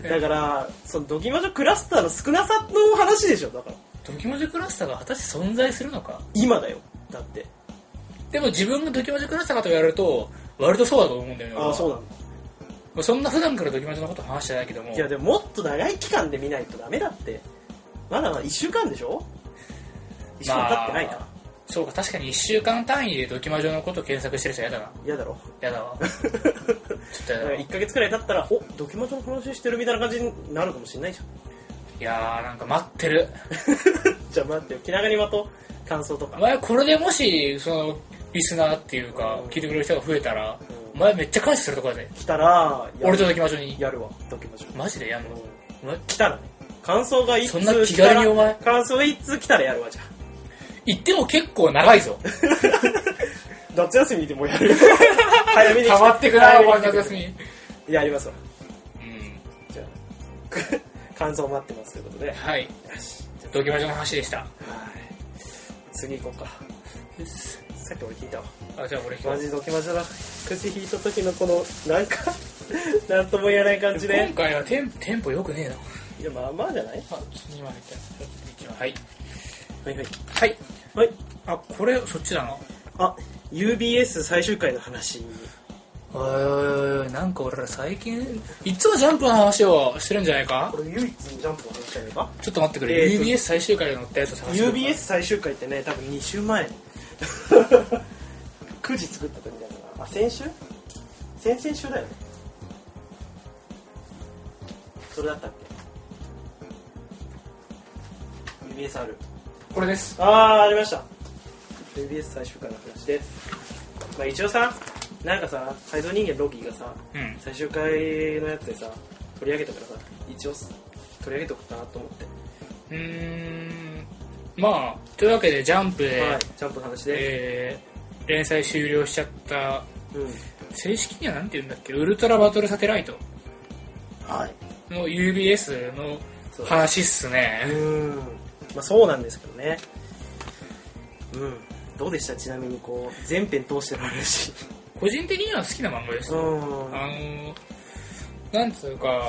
だからそのドキマジョクラスターの少なさの話でしょだから
ドキマジクラスターが果たして存在するのか
今だよだって
でも自分がドキマジクラスターかと言われると割とそうだと思うんだよね俺
あ
は
あそうなんだ
まあそんな普段からドキマジのこと話してないけども
いやでももっと長い期間で見ないとダメだってまだ1週間でしょ1週間経ってないか、
まあそうか確かに1週間単位でドキマジのこと検索してる人嫌だな
嫌だろ
嫌だわちょっと
だ
や
から
だわ
1ヶ月くら い経ったら、おドキュマジョの話してるみたいな感じになるかもしれないじゃん。
いやーなんか待ってる
じゃあ待ってよ、気長に待とう。感想とか
お。前これでもしそのリスナーっていうか
うん
聞いてくれる人が増えたら
うん
お前めっちゃ感謝するとこだぜ
来たら、や
俺
る
とドキマジに
やるわ、ドキュマジョ。
マジでやんのお前
来たらね。感想が一通
そんな気軽にお前
来たら感想が一通来たらやるわ、じゃあ。
言っても結構 長いぞ
夏休みでもや るよ。早めに来
たまってく な
早
お
めに
前
来て
夏休み
やりますわ。
うん
じゃあ、 感想待ってますということで。よ
はい
し。じゃ
ドキマジの話でした
あはい。次行こうか。さっき俺聞いたわ。
あじゃあ俺今
マ
日
ジドキュマジョだ。口引いた時のこの、なんか、 なんとも言えない感じで
今。回はテンテンポ良くねえ
で
な
もまあまあじゃない
あ、ちょっと今見て。ちょっと一応はい。
はいはい。
はい。
はい。
あ、これ、そっちだな。
あ、UBS 最終回の話。
おいおいおい、なんか俺ら最近、いつもジャンプの話をしてるんじゃないか
れ唯一ジャンプの話じゃないか
ちょっと待ってくれ。
えーと
UBS 最終回で載ったやつを探してくる
?UBS 最終回ってね、多分2週 前。9時作った時だから。あ、先週先々週だよね。それだったっけ ?UBS ある。
これです。
ああ、ありました。UBS 最終回の話です。まあ一応さ、なんかさ、改造人間ロギーがさ、
うん。
最終回のやつでさ取り上げたからさ一応取り上げとくかなと思って、
うーん。まあ、というわけで、ジャンプで、
はいジャンプの話で、
えー連載終了しちゃった、
うん
正式にはなんて言うんだっけ、ウルトラバトルサテライト
はい
の UBS の
そうです
話っすね。
うんまあそうなんですけどねうんどうでしたちなみにこう全編通しての話
個人的には好きな漫画です。
うん
あのなんつうか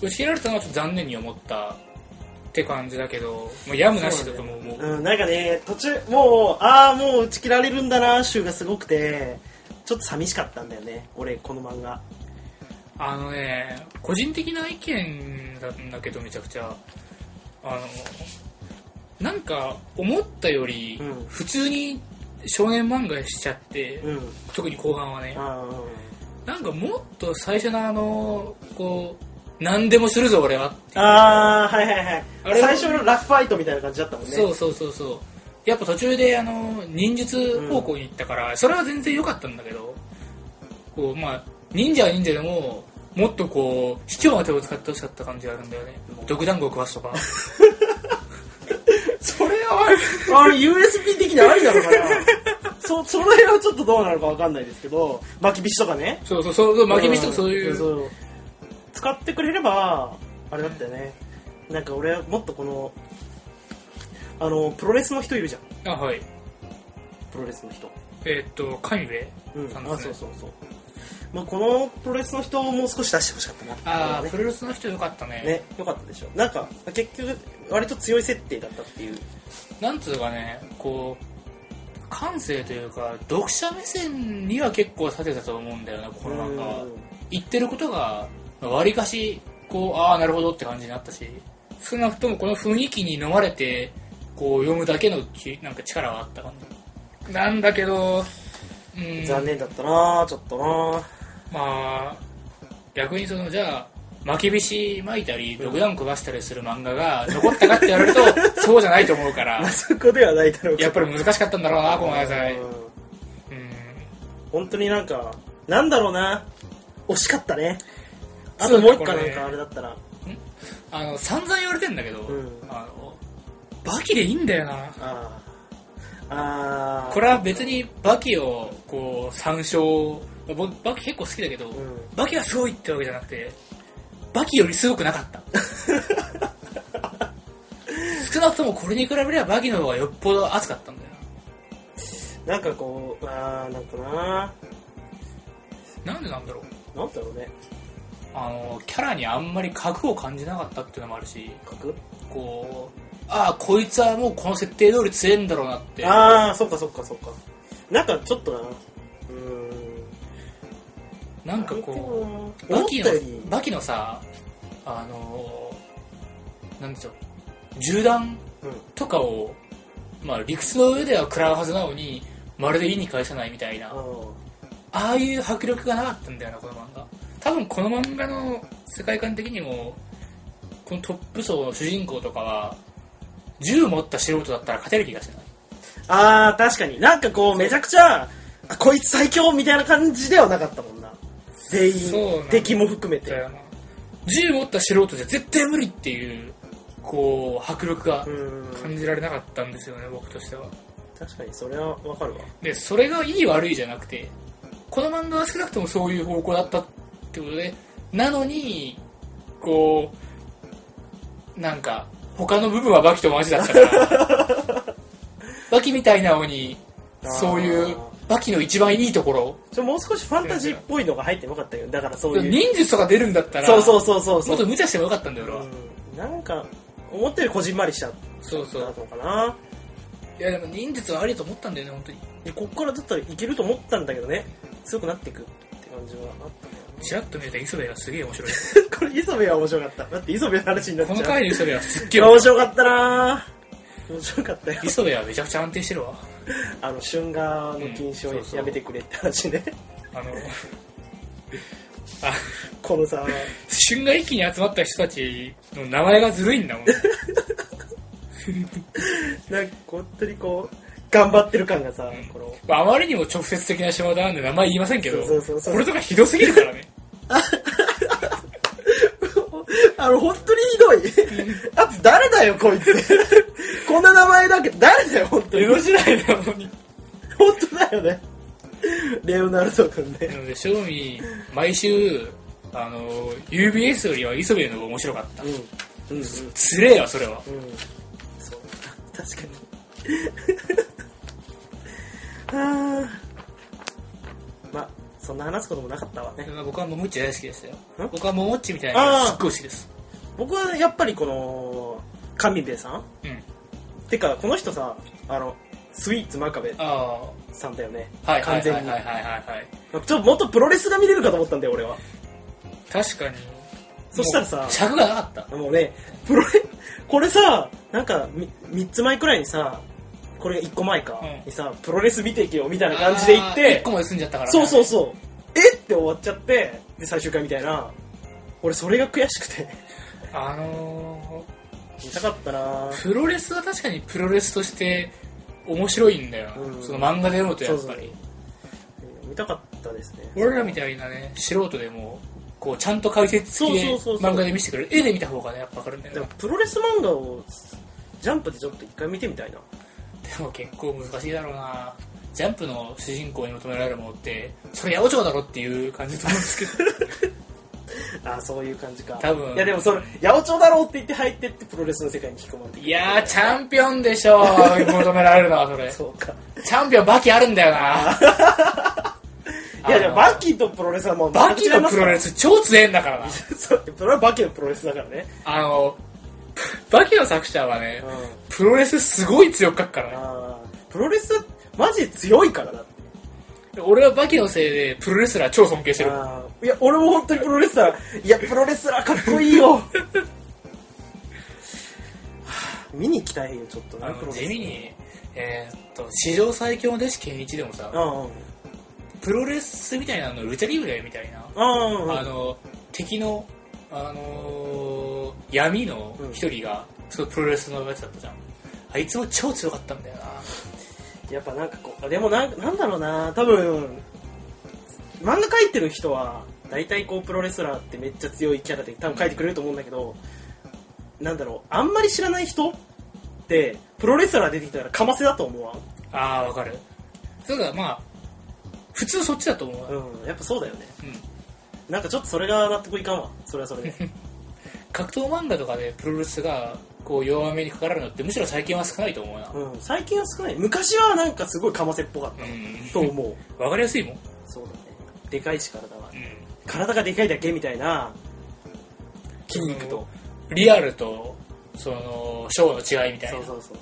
打ち切られたのはちょっと残念に思ったって感じだけどもうやむなしだと思うもう
うん、なんかね途中もうああもう打ち切られるんだな週がすごくてちょっと寂しかったんだよね俺この漫画
あのね個人的な意見なんだけどめちゃくちゃあのなんか思ったより
うん
普通に少年漫画しちゃって、
うん
特に後半はね、
あー
なんかもっと最初のあのこう何でもするぞ俺はっていう
あーはいはいはい
あれは
最初のラフファイトみたいな感じだったもんね
そうそうそうそうやっぱ途中であの忍術方向に行ったから、それは全然良かったんだけどこうまあ忍者は忍者でももっとこう市長の手を使ってほしかった感じがあるんだよね毒団子を食わすと か
それはあれ USB 的にありなのかな そその辺はちょっとどうなのかわかんないですけど巻きびしとかね
そうそうそう負け飯とかそうい
ん
う
そ使ってくれればあれだったよね、なんか俺もっとこのあのプロレスの人いるじゃん
あはい
プロレスの人
えーっと神部
うん
さん
あ
です
そ
ね
うそうそう、まあ、このプロレスの人をもう少し出してほしかったな
ああ、
ね
プロレスの人良かったね
ねよかったでしょなんか結局割と強い設定だったっていう
なんつうかねこう感性というか読者目線には結構立てたと思うんだよねこの漫画は
うん
言ってることがわりかしこうああなるほどって感じになったし少なくともこの雰囲気に飲まれてこう読むだけのちなんか力はあった感じなんだけどうん
残念だったなちょっとな
まあ逆にそのじゃあ負け菱巻いたり毒弾食わしたりする漫画が残ったかって言われる とそうじゃないと思うから
あそこではないだろう
やっぱり難しかったんだろうなこの野菜
うん
うん
本当になんかなんだろうな惜しかったねあともう一個
そう
な
だね
んかあれだったら
あの散々言われてんだけど、
うん
あのバキでいいんだよな
あーあー
これは別にバキをこう参照僕バキ結構好きだけど、
ん
バキはすごいってわけじゃなくてバキよりすごくなかった 少なくともこれに比べればバキの方がよっぽど熱かったんだよ
なんかこうあーなんかな
ななんでなんだろう
なんだろうね
あのキャラにあんまり核を感じなかったっていうのもあるし
角
こうああこいつはもうこの設定通り強えんだろうなって
ああそっかそっかそっかなんかちょっとなうー
なん
ん
かこう
う思
バ
っ
キ
た
の
より、
バキのさ、あのーなんでしょう、銃弾
うん
とかを、まあ理屈の上では食らうはずなのに、まるで意に介さないみたいな、
あ
あ
ー
あいう迫力がなかったんだよな、この漫画。多分この漫画の世界観的にも、このトップ層の主人公とかは、銃持った素人だったら勝てる気がしない。
あー確かになんかこうめちゃくちゃあこいつ最強みたいな感じではなかったもんな全
そうなん
員
だ
敵も含めて
だよな。銃持った素人じゃ絶対無理っていう、こう、迫力が
うーん
感じられなかったんですよね、僕としては。
確かにそれはわかるわ
でそれがいい悪いじゃなくてこの漫画は少なくともそういう方向だったってことでなのにこうなんか他の部分はバキと同じだったから バキみたいなのに
あー
そういうバキの一番いいところ
ちょもう少しファンタジーっぽいのが入ってもよかったよだからそういう
忍術とか出るんだったら
そうそうそうそうそ
もっと
う、
無茶してもよかったんだよ俺は、
うん、なんか思ったよりこじんまりしちゃっ
そうそ
たの
う
かない
やでも忍術はありと思ったんだよね本当に
でこっからだったらいけると思ったんだけどね強くなっていくって感じはあったんだよね
ちらっと見えた磯部がすげえ面 白い
これ磯部は面白かっただって磯部の話になっちゃ
こ
う
の回の磯部はすっ
い
げえ
や面白かったなぁ面白かったよ
磯部はめちゃくちゃ安定してるわ
あの春画の禁止
うんそうそ
を
う
やめてくれって話ね
あのあ
このさ
旬が一気に集まった人たちの名前がずるいん だもん
なんか本当にこう頑張ってる感がさ、この
まああまりにも直接的な島田なんで名前言いませんけど
そうそうそうそう
これとかひどすぎるか らね
あの本当にひどい あと誰だよこいつこんな名前だけど誰だよ本当に
江戸時代なのに
本当だよねレオナルド君
な
ね
ので正味毎週あの UBS よりは磯部の方が面白かった
うんうんうん
つれえわそれは
うんそう だ確かに ああまあそんな話すこともなかったわね
僕はももっち大好きでしたよ
ん
僕はももっちみたいなのがすっごい好きです
僕はやっぱりこの神部さん
うん
てかこの人さあのスイーツ真壁
あ
さんだよね
あはいはい
完
はい
全
はい
に
はいはいはい
ちょっともっとプロレスが見れるかと思ったんだよ俺は
確かに
そしたらさ
もう尺がなかった
もうねプロレこれさなんかみ3つ前くらいにさこれが1個前か、
うん
にさプロレス見ていけよみたいな感じで行って
1個まで済んじゃったからね、
そうそうそうえって終わっちゃってで最終回みたいな俺それが悔しくて
あの
見たかったな
ープロレスは確かにプロレスとして面白いんだよな、
うん
その漫画でやろうとやっぱり
そう見たかったですね
俺らみたいなね素人でもこうちゃんと解説付きで
そうそうそうそう
漫画で見せてくれる絵で見た方がねやっぱ分かるんだよ
で
な
もプロレス漫画をジャンプでちょっと一回見てみたいな
でも結構難しいだろうなジャンプの主人公に求められるものってそれ八百長だろっていう感じだと思うんです けど
あーそういう感じか
多分
いやでもそれ八百長だろうって言って入ってってプロレスの世界に引き込まれてくる
いやーチャンピオンでしょ求められるのはそれ
そうか
チャンピオンバキあるんだ よな
いやでも
あの
バキとプロレスはもう
バキのプロレ
ス
ス超強えんだからな
そうそれはバキのプロレスだからね
あのバキの作者はね
うん
プロレスすごい強く書くからね
あープロレスマジで強いからだって
俺はバキのせいでプロレスラー超尊敬してる
あーいや俺も本当にプロレスラーいやプロレスラーかっこいい よはあ見に行きたいよちょっとね
あ
プロ
の
レス
地味にえーっと史上最強の弟子健一でもさ
うんうん
プロレスみたいなのルチャリブレみたいな
うんうん
あの敵の、あのー闇の一人が、そのプロレスのやつだったじゃんあいつも超強かったんだよな
やっぱなんかこうでもなんなんだろうな多分漫画描いてる人は大体こうプロレスラーってめっちゃ強いキャラで多分描いてくれると思うんだけど、なんだろうあんまり知らない人ってプロレスラー出てきたらかませだと思うわ、
ああわかるそうだまあ普通そっちだと思う、
うん、やっぱそうだよね
うん、
なんかちょっとそれが納得いかんわそれはそれで
格闘漫画とかでプロレスがこう弱めにかかられるのってむしろ最近は少ないと思うな
うん最近は少ない昔はなんかすごいかませっぽかった
うん
と思う
わかりやすいもん、
そうだねでかいし体は
う
体がでかいだけみたいな筋肉と
ん、リアルとそのショーの違いみたいな
そうそうそうそう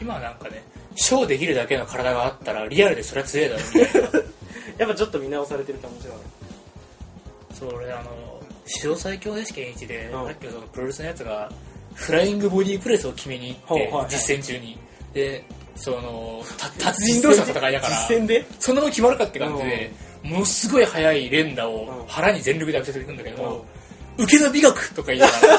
今はなんかねショーできるだけの体があったらリアルでそれは強えだろみたいな
やっぱちょっと見直されてる感じはある
そう俺あの史上最強弟子健一で、
うん
さっきのそのプロレスのやつがフライングボディープレスを決めに行って、
ほうはい
実践中にでそのた達人同士の戦いだから
実践で
そんなもん決まるかって感じで、ものすごい速い連打
う
を
ん
腹に全力で浴びせていくんだけども、受けの美学とか言いながら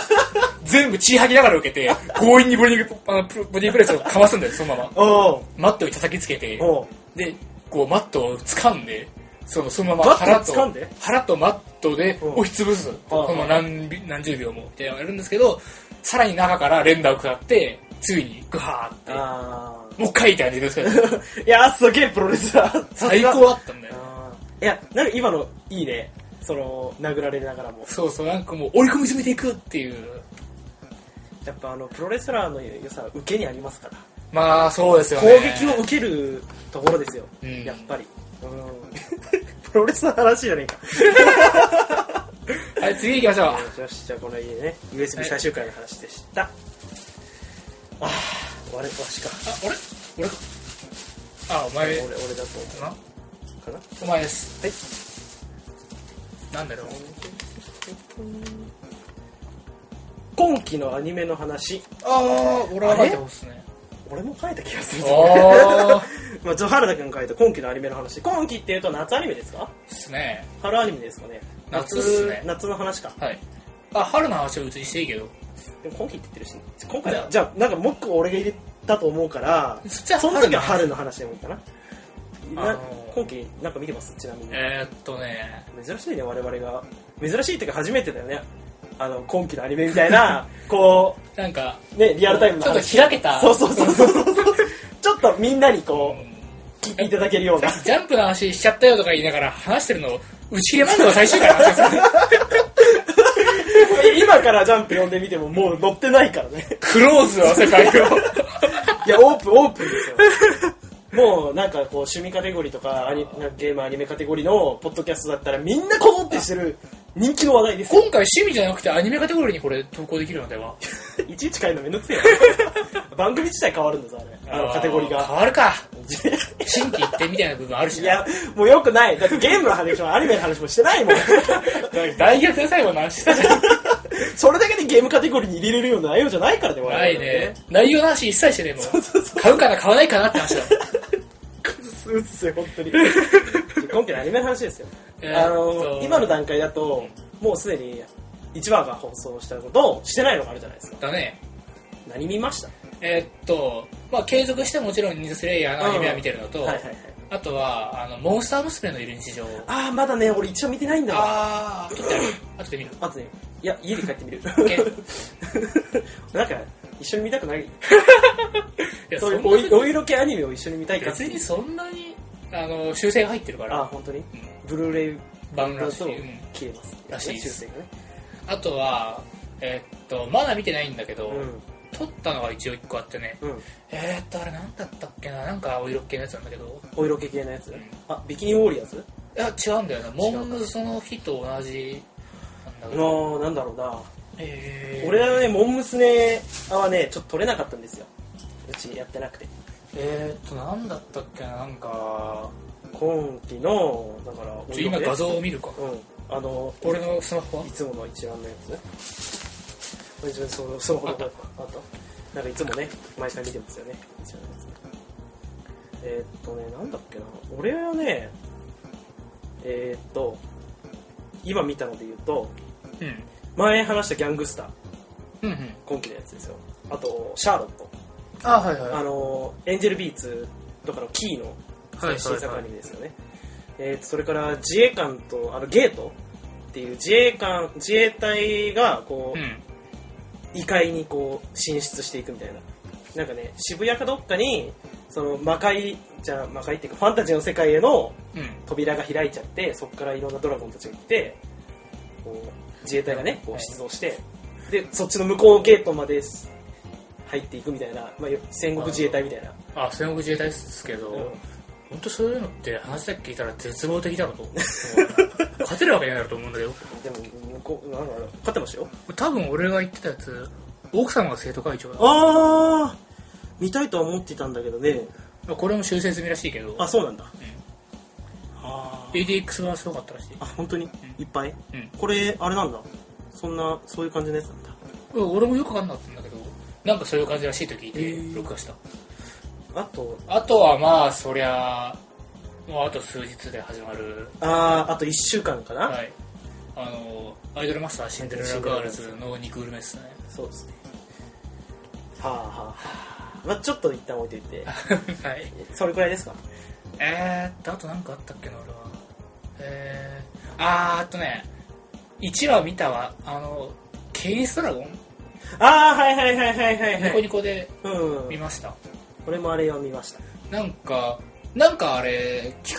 全部血吐きながら受けて強引にボディーあのプロボディープレスをかますんだよそのまま
おう
マットに叩きつけて
おう
でこうマットを掴んでそのそのまま
マットを
腹と
掴んで
腹とマットで
うん
押しつぶす、この何び何十秒もみたいなのやるんですけどさらに中から連打を食らってついにグハーって
あ
もう一回って感じで すけど
ーいやーすげえプロレスラー
最高だったんだよ
あーいやなんか今のいいねその殴られながらも
そうそうなんかもう追い込み詰めていくっていう
やっぱあのプロレスラーの良さは受けにありますから
まあそうですよ
攻
ね
撃を受けるところですよ、
うん
やっぱりうんプロレスの話じゃねえか
はい次行きましょう
よしじゃあこの家ね USB 最終回の話でした、ああ終われわしか
あ俺俺かあお前
俺
か
俺だと思
な
うかな
お前です
はい
なんだろう
今期のアニメの話
ああ俺は
あれ
書いてほしいっすね
俺も書いた気がする
あー
まあジョハルダ君が書いた今期のアニメの話今期っていうと夏アニメですか
ですね
春アニメですかね
夏っすね
夏の話か
はい。あ、春の話は別にしていいけど。
でも今期って言ってるし今回はじゃあなんかもう一個俺が入れたと思うから
そっちは
そ
春
の
の
時は春の話でもいいかな
あ
な
のー
今期なんか見てますちなみに
えー、っとね、
珍しいね我々が珍しいっていうか初めてだよねあの今期のアニメみたいな こ
なんか、
うねリアルタイムの
ちょっと
話
開けた
そうそうそうそう そうちょっとみんなにこ
うん
う聞いていただけるよう な
ジャンプの話しちゃったよとか言いながら話してるの、打ち切れ漫画の最終回の話 でする。
今からジャンプ読んでみてももう載ってないからね
クローズは世界を。
いや、オープン、オープンですよ。 もうなんかこう趣味カテゴリーとかアニなんかゲームアニメカテゴリーのポッドキャストだったらみんなこぞってしてる人気の話題ですよ
今回趣味じゃなくてアニメカテゴリーにこれ投稿できるのではい
ちいち変えるのめんどくせえよ 番組自体変わるんだぞあれあのカテゴリー
あ変
が
わる か。新規一点みたいな部分あるし
い
な
やもうよくないだってゲームの話もアニメの話もしてないもん
大逆転最後の話したじゃん。
それだけでゲゲームカテゴリーに入れれるような内容じゃないからね、我々
ないね。内容の話一切してねえもん。買うかな、買わないかなって話だもん。
うっすよ、本当 に。今回のアニメの話ですよ。
えー
あ
そ
の、
う
今の段階だと、もうすでに1話が放送したことをしてないのがあるじゃないですか。
だね。
何見ました
えーっと、まあ継続してもちろんニュースレイヤーのアニメは見てるのと、
はいはいはい。
あとは、あの、モンスター娘のいる日常。
あー、まだね、俺一応見てないんだわ。
あー、撮ってある。後で見る。
あとね、いや、家で帰ってみる。 なんか、一緒に見たくない
いや
そういう
そんな
おいお色気アニメを一緒に見たいかって
別
いう
にそんなに、あの、修正が入ってるか
あー、
ら。
本当に
うん
ブルーレイ
版
だ
ら
と
し
消
い。う
え
ん
ます。
らしいです
修正がね。
あとは、えーっと、まだ見てないんだけど、
う
撮ったのが一応一個あってね。
ん。うん。
えーっと、あれなんだったっけななんかお色っ気のやつなんだけど。
お色気系のやつ
うん。
あ、ビキニウォーリアーズ
いや、違うんだよな。モ
違うか
ンムその日と同じなんだけど。
の、なんだろうな。
えー
俺はね、モン娘はね、ちょっと取れなかったんですよ。うちやってなくて。
えーっと、なんだったっけななんか、
今期の、だから、
ちょ今画像を見るか。
うん。あの、
俺のスマホはい
つもの一覧のやつね。俺自分その、そのほど、あった。なんかいつもね、毎回見てますよね。一覧のやつねえーっとね、なんだっけな。俺はね、えーっと、今見たので言うと、
うん。
前話したギャングスター、
うんうん。
今期のやつですよ。あと、シャーロット。
あ、はいはい。
あの、エンジェルビーツとかのキーの
はいはい
新作アニメですよね。えーと、それから自衛官と、あの、ゲートっていう自衛官、自衛隊が、こ
う
う、
ん。
異界にこう、進出していくみたいな。なんかね、渋谷かどっかに、その、魔界、じゃあ魔界っていうか、ファンタジーの世界への
うん。
扉が開いちゃって、そこからいろんなドラゴンたちが来て、こう自衛隊がね、こ
は
う
い
出動して、で、そっちの向こうゲートまで入っていくみたいな、まあ、戦国自衛隊みたいな。
あ、戦国自衛隊ですけど、
うん
本当そういうのって話だけ聞いたら絶望的だろうと思う。勝てるわけないだろうと思うんだけど。
でも、向こう、なんか、勝ってましたよ。
多分俺が言ってたやつ、奥様が生徒会長だ。
ああ見たいとは思ってたんだけどね。
まあこれも修正済みらしいけど、
あ、そうなんだ。あー
ADX 版はすごかったらしい。
あ、本当にいっぱい
うん。
これ、あれなんだ。そんな、そういう感じのやつなんだ。
俺もよくわかんなかったんだけど、なんかそういう感じらしいと聞い
へー
て、録画した。
あと、
あとはまあ、そりゃ、もうあと数日で始まる、
あー、あと1週間かな、
はい。あの、アイドルマスターシンデレラガールズのニクールメス ね。
そうですね。はあはあ。まあちょっと一旦置いといて。
はい。
それくらいですか
えーっと、あとなんかあったっけな、俺は。えー、あーあとね、1話見たわ、あの、ケインスドラゴン
ああ、はいはいはいはいはい、は
ニ
い。
コニコで
う
見
ん。
ました。
これもあれは見ました。
なんか、なんかあれ、企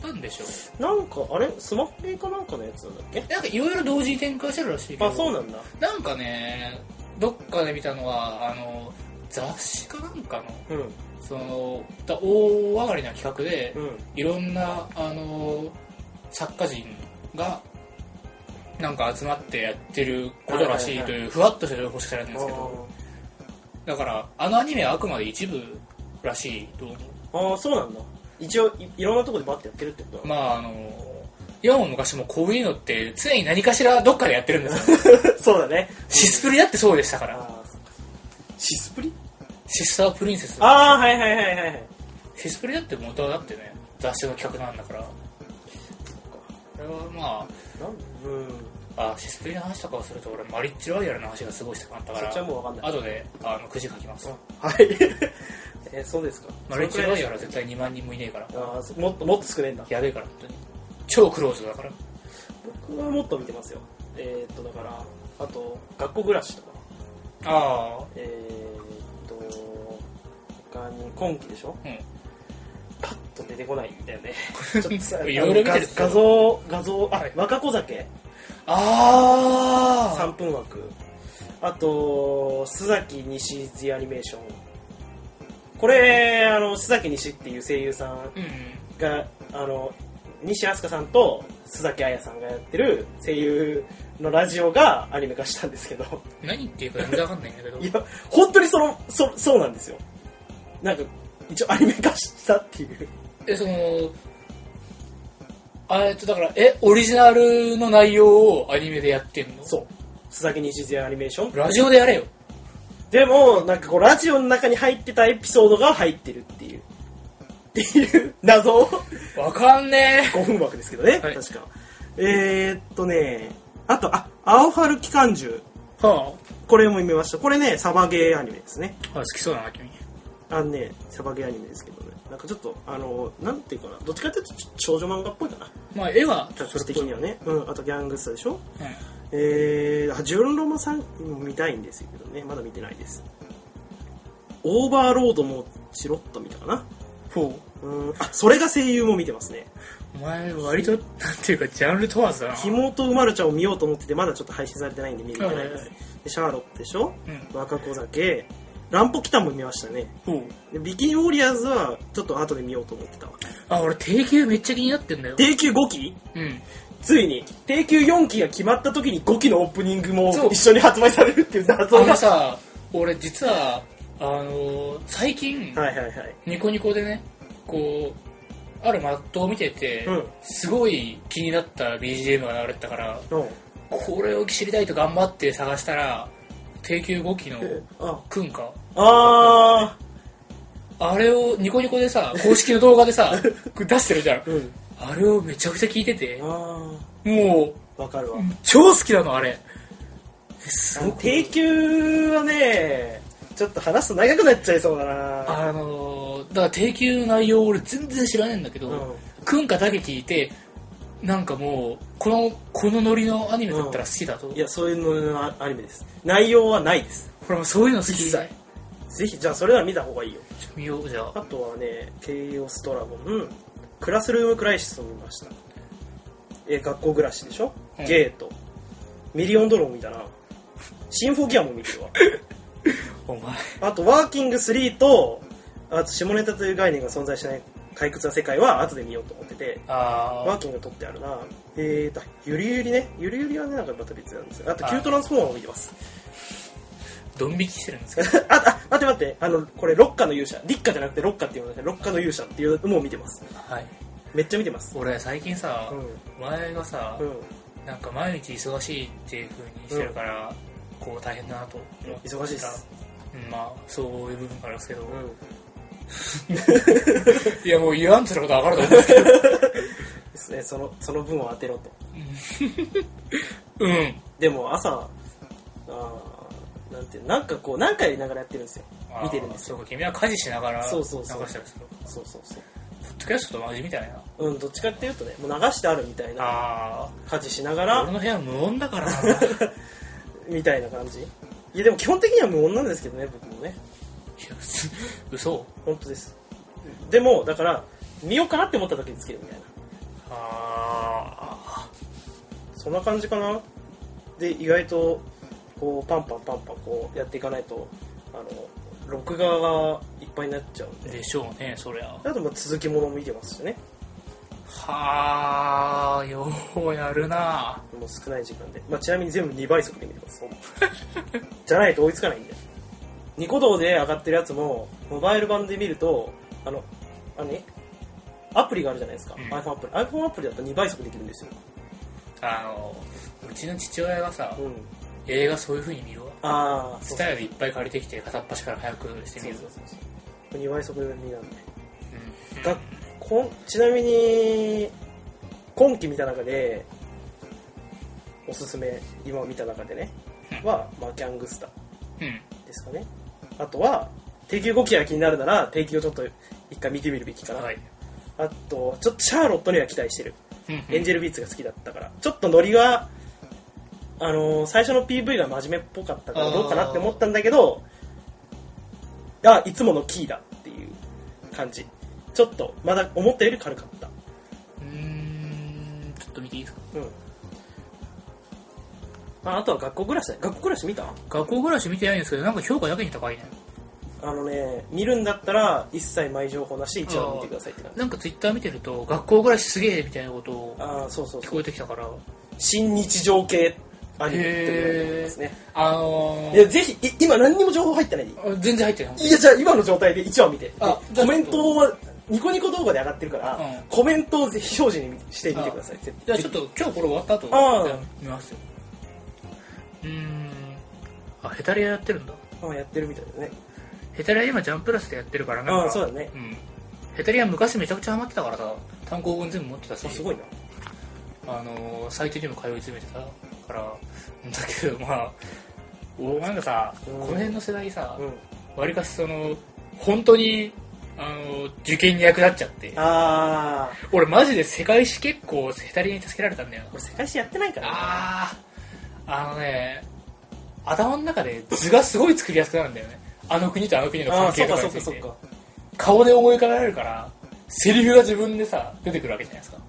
画なんでしょ
なんか、あれスマホゲーかなんかのやつなんだっけ
なんかいろいろ同時に展開してるらしいけど。
あ、そうなんだ。
なんかね、どっかで見たのは、あの、雑誌かなんかの、
うん。
その、だ大上がりな企画で
う、ん。
いろんな、あの、作家人が、なんか集まってやってることらしいという、ふわっとした情報しか知らないんですけど、だから、あのアニメはあくまで一部らしいと思う。
あーあー、そうなんだ。一応い、いろんなとこでバッてやってるってことなの
まあ、あの、今も昔もこういうのって常に何かしらどっかでやってるんですよ。
そうだね。
シスプリだってそうでしたから。
あーシスプリ
シスタープリンセス。
ああ、はいはいはいはいはい。
シスプリだって元はだってね、雑誌の企画なんだから。これはま
なんうん。
あ、あシスプリの話とかをすると俺マリッジロイヤルの話がすごいしたかったか
そっ
ら
ちは、もうわかんない。
後であのくじ書きます。
はい。 えーそうですか。
マリッジロイヤ
あ
ルは絶対2万人もいねえから。
あー、そもっと、もっと少ねえんだ。
やべえから、本当に。超クローズだから。
僕はもっと見てますよ。えー、っと、だから、あと、学校暮らしとか。
ああ、
えー、っと、他に今期でしょ
うん。
パッと出てこないんだよ ね。ちょっとさ
いろいろ見てる
画画像、画像、あ、
はい
若子酒
あ
3分枠。あと、須崎西ズアニメーション。これ、あの、須崎西っていう声優さん
あ。うん。
が、あの、西飛鳥さんと須崎彩さんがやってる声優のラジオがアニメ化したんですけど、
何言っていうか全然わかんないんだけど
い。や、本当にその、そ、そうなんですよ。なんか、一応アニメ化したっていう。
え、その、あえっと、だから、え、オリジナルの内容をアニメでやってんの
そう。須崎日時アニメーション
ラジオでやれよ
でもなんかこうラジオの中に入ってたエピソードが入ってるっていうっていう謎を
わかんね
5分枠ですけどね、
はい
確かえー、っとねあとあ青春機関銃
えは
これも見ましたこれねサバゲーアニメですね
あ好きそうだな君
あのねサバゲーアニメですけどねなんかちょっとあのなんていうかなどっちかっていうとちょ少女漫画っぽいかな
まあ絵はちょっ
形
とそれっ
的
ぽい
にはね、うん、あとギャングスタでしょ
うん
えー、あ純ロマさんも見たいんですけどねまだ見てないですオーバーロードもチロッと見たかな
ほ
うんあそれが声優も見てますね
うお前割となんていうかジャンル問わずだな
妹とうまるちゃんを見ようと思っててまだちょっと配信されてないんで見れてないで
はい
す
はい
でシャーロットでしょ、
うん
若子酒ランポキタンも見ましたね
ほう
でビキニウォリアーズはちょっと後で見ようと思ってたわ
あ俺定休めっちゃ気になってんだよ
定休5期
うん
ついに定休4期が決まった時に5期のオープニングも
そう
一緒に発売されるっていう謎
あの
が
さ俺実はあのー最近、
はいはいはい
ニコニコでねこうあるマットを見てて、
うん
すごい気になった BGM が流れてたから
うん
これを知りたいと頑張って探したら定休5期の
あ
くんか
あ
あれをニコニコでさ公式の動画 でさ出してるじゃん
ーうん
あれをめちゃくちゃ聞いてて
あ
もう
あわかるわ
超好きなのあれえすごく
定休はねちょっと話すと長くなっちゃいそうだな
あのーだから定休の内容俺全然知らないんだけど、
うん
くんかだけ聞いてなんかもうこのこのノリのアニメだったら好きだと、
いやそういうののアニメです内容はないです
これもそういうの好き
一切
ちょっ
ぜひじゃあそれは見た方がいいよ
と見ようじゃ
あ
あ
とはね「ケイオスドラゴン」うん「クラスルームクライシス」を見ましたえ学校暮らしでしょ、
うん
ゲートミリオンドローン見たなシンフォギアも見 てるわ
お前
あと「ワーキング3」とあと下ネタという概念が存在しない退屈な世界は後で見ようと思っててワ
あ
ーキング取ってあるなえーとゆりゆりねゆりゆりはねなんかまた別なんですよあと「キュートランスフォーマー」も見てます
ードン引きしてるんですけど
ああ待って待ってあのこれ「ロッカの勇者」「リッカ」じゃなくて「ロッカ」っていうので「ロッカの勇者」っていうのも見てます
はい
めっちゃ見てます
俺最近さ、
う
お前がさ、
うん
なんか毎日忙しいっていう風にしてるから、こう大変だなと思ってた
忙しいっす
うんまあそういう部分からですけど、
うん
いやもう言わんとしたことは分かると思うんですけど
ですねそのその分を当てろと
うん
でも朝あーなんてなんかこう何回やりながらやってるんですよ見てるんです
よそうか君は家事しながら
そうそうそう
流したりする
そうそうそう
ポッドキャストと同じみたいな
うんどっちかっていうとねもう流してあるみたいな
あ
家事しなが
あ
ら
俺の部屋無音だから な
みたいな感じいやでも基本的には無音なんですけどね僕もね
嘘
本当ですでもだから見ようかなって思った時につけるみたいな
ああ
そんな感じかなで意外とこうパンパンパンパンこうやっていかないとあの録画がいっぱいになっちゃうんで
でしょうねそりゃ
あとまあ続きものも見てますしね
はあようやるな
もう少ない時間で、まあ、ちなみに全部2倍速で見てますほんま じゃないと追いつかないんでニコ動で上がってるやつもモバイル版で見るとあのあのねアプリがあるじゃないですか、
ん
iPhone アプリ iPhone アプリだと2倍速できるんですよ、
あのうちの父親がさ、
うん、
映画そういう風に見るわ
ああ
ス
う
タイルいっぱい借りてきて片っ端から早くし
そ
てみ
うそう
る
そうそう2倍速で見なんで
うん
がこんちなみに今期見た中でおすすめ今見た中でねは、まあ、ギャングスタ
うん
ですかねあとは定休5期が気になるなら定休をちょっと一回見てみるべきかな、
はい
あとちょっとシャーロットには期待してる、
うんうん
エンジェルビーツが好きだったからちょっとノリがあのー最初の PV が真面目っぽかったからどうかなって思ったんだけどあいつものキーだっていう感じちょっとまだ思ったより軽かった
うーんちょっと見ていいですか
うんああとは学校暮らしだ学校暮らし見た
学校暮らし見てないんですけどなんか評価やけに高いね
あのね見るんだったら一切前情報なしで一話見てくださいって感じ
なんかツイッター見てると学校暮らしすげえみたいなことを
ああそうそう
聞
そう
こえてきたから
新日常系アニメっていうのがありますね
あの
いやぜひい今何にも情報入ってないい
ー、全然入ってない
やじゃあ今の状態で1話見て
あ
でコメントはニコニコ動画で上がってるから、
うん
コメントをぜひ表示にしてみてください絶
じゃあ
対
ちょっと今日これ終わった後
あー
見ますようーんあヘタレアやってるんだ
まあやってるみたいだね
ヘタレア今ジャンプラスでやってるからなん
う
か
んそうだね
うんヘタレア昔めちゃくちゃハマってたからさ単行本全部持ってたし
あすごいな
あのサイトにも通い詰めてたからだけどまあおなんかさ、
うん
この辺の世代さ
うん
わりかしその本当にあの受験に役立っちゃって
ああ
俺マジで世界史結構ヘタリに助けられたんだよ
俺世界史やってないからね
あああのね頭の中で図がすごい作りやすくなるんだよねあの国とあの国の
ああ
関
そっかそ
係とかに
っ
つい
かそってか
顔で思い浮かべられるからセリフが自分でさ出てくるわけじゃないですか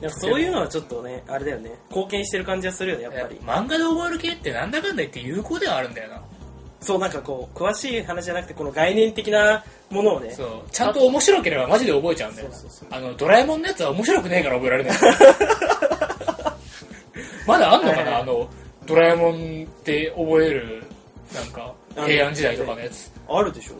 いやそういうのはちょっとねあれだよね貢献してる感じはするよねやっぱり
漫画で覚える系ってなんだかんだ言って有効ではあるんだよな
そうなんかこう詳しい話じゃなくてこの概念的なものをね
そうちゃんと面白ければマジで覚えちゃうんだよな
そうそうそう
あのドラえもんのやつは面白くねえから覚えら れないまだあんのか
はいは
ないあのドラえもんって覚えるなんか
あの
平安時代とかのやつ
あるでしょ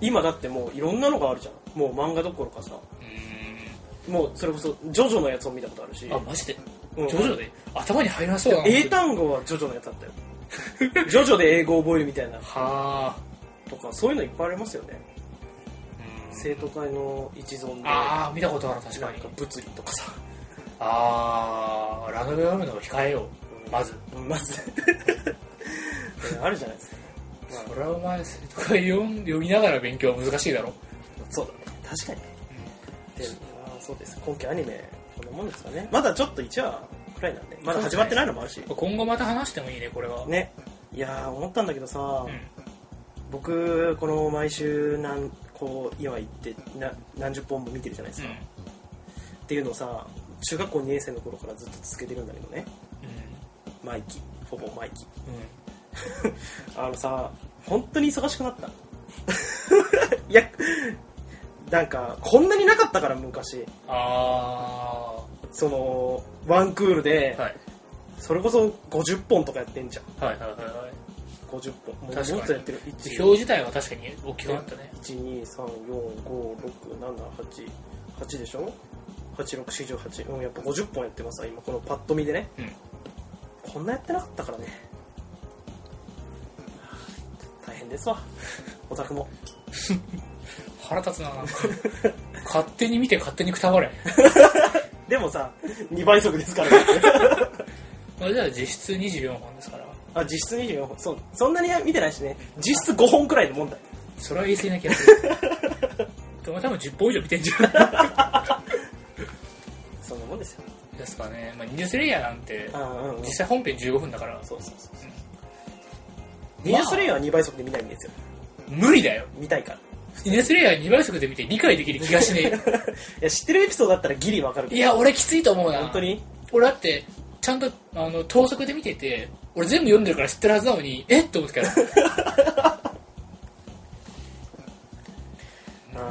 今だってもういろんなのがあるじゃんもう漫画どころかさ
うー
もうそれこそジョジョのやつを見たことあるし
んあマジで
うん
徐々で頭に入らなそうだな
英単語はジョジョのやつあったよ ジョジョで英語を覚えるみたいな
はあ
とかそういうのいっぱいありますよね生徒会の一存でな
ああ見たことある確か
ん
に
か物理とかさ
ああラノベ読むのを控えようまず
うんまず あるじゃないですか
それはお前生徒会読ん読みながら勉強は難しいだろ
そうだね確かに、であーそうです今期アニメこんなもんですかねまだちょっと1話くらいなんでまだ始まってないのもあるし
今後また話してもいいねこれは
ねいやー思ったんだけどさ、
うん
僕この毎週何こう今行ってな何十本も見てるじゃないですか、っていうのをさ中学校2年生の頃からずっと続けてるんだけどね毎期ほぼ毎期
うんうん
あのさ本当に忙しくなった いやなんかこんなになかったから昔
あ
そのワンクールで、
ー、はい、
それこそ50本とかやってんじゃん
はいはいはいは
50本もう
確かに
もっとやってる
い表自体は確かに大きくなったね
123456788でしょ8648うんやっぱ50本やってますわ今このパッと見でね
うん
こんなやってなかったからね大変ですわオタクも
腹立つな 勝手に見て勝手にくたばれ
でもさ2倍速ですからね
まあじゃあ実質24本ですから
あ実質24本そうそんなに見てないしね実質5本くらいのもんだ
それは言い過ぎな気がする でも多分10本以上見てんじゃない
そんなもんですよ
ですかね、まあ、ニュースレイヤーなんて
あうんうん
実際本編15分だから
そうそうそうそう
うん
ニュースレイヤーは2倍速で見ないんですよ
無理だよ
見たいから
ニュースレイヤー2倍速で見て理解できる気がしね
いや知ってるエピソードだったらギリわかるけ
え
ど
いや俺きついと思うな
本当に
俺だってちゃんとあの等速で見てて俺全部読んでるから知ってるはずなのにえっと思ってから
まあまあ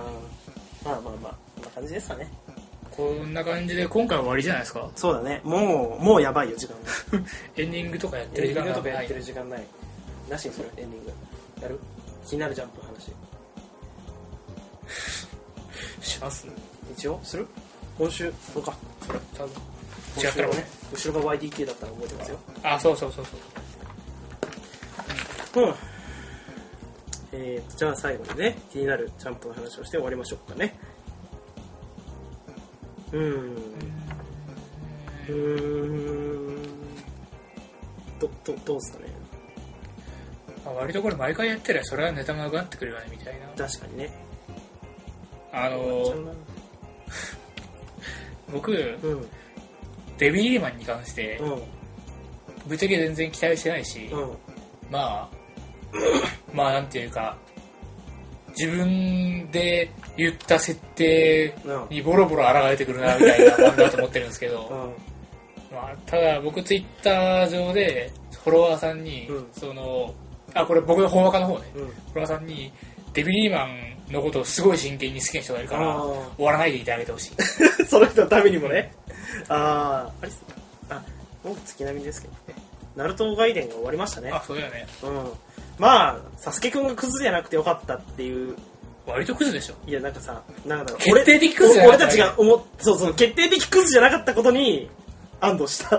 まあまあこんな感じですかね
こんな感じで今回は終わりじゃないですか
そうだねもうもうやば いよ時間が
エンディングとかやって
エ
る
ン
時
ディ
間
ングとか
がな
やっ
い
てる時間ないなしにするエンディングやる気になるジャンプの話
します
一応する今週そうか
多分違
今週
った
は
ら
ね後ろが YDK だったの覚えてますよ
あそうそうそうそう
うんえーと、じゃあ最後にね気になるジャンプの話をして終わりましょうかねうーんうーんどどどうですかね
まあ割とこれ毎回やってりゃそれはネタが上がってくるよねみたいな
確かにね
あの僕
うんうん
デビーリーマンに関してぶっちゃけ全然期待してないし
うん
まあ まあなんていうか自分で言った設定
うん
にボロボロ抗えてくるなみたいな漫画だと思ってるんですけど
うん
まあ、ただ僕ツイッター上でフォロワーさんに、
うん
そのあこれ僕の本若の方ね
うん
フォロワーさんにデビリーマンのことをすごい真剣に好きな人がいるから
あー
終わらないでいてあげてほしい
その人のためにもね。あー、あれっすあ、僕月並みですけどね。ナルト外伝が終わりましたね
あ。そうだよね
うん。まあ、サスケくんがクズじゃなくてよかったっていう、
割とクズでしょ
いや、なんかさ、なんだろう。
決定的クズじゃ
俺俺
なかった
たちが思っ、そうそう、決 定的クズじゃなかったことに、安堵した。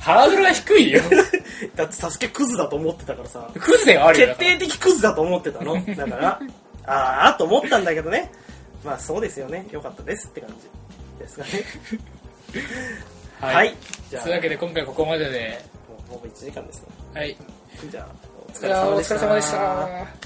ハードルが低いよ
だってサスケクズだと思ってたからさ
クズだよ、あれ。
決定的クズだと思ってた のだからああと思ったんだけどねまあそうですよねよかったですって感じですかね
は。
はいい、
と
じゃあ
いうわけで、今回ここまでで、
もうほぼ1時間ですね
はい。
じゃあお疲
いやーお
れ様で
疲
した
れ様でした。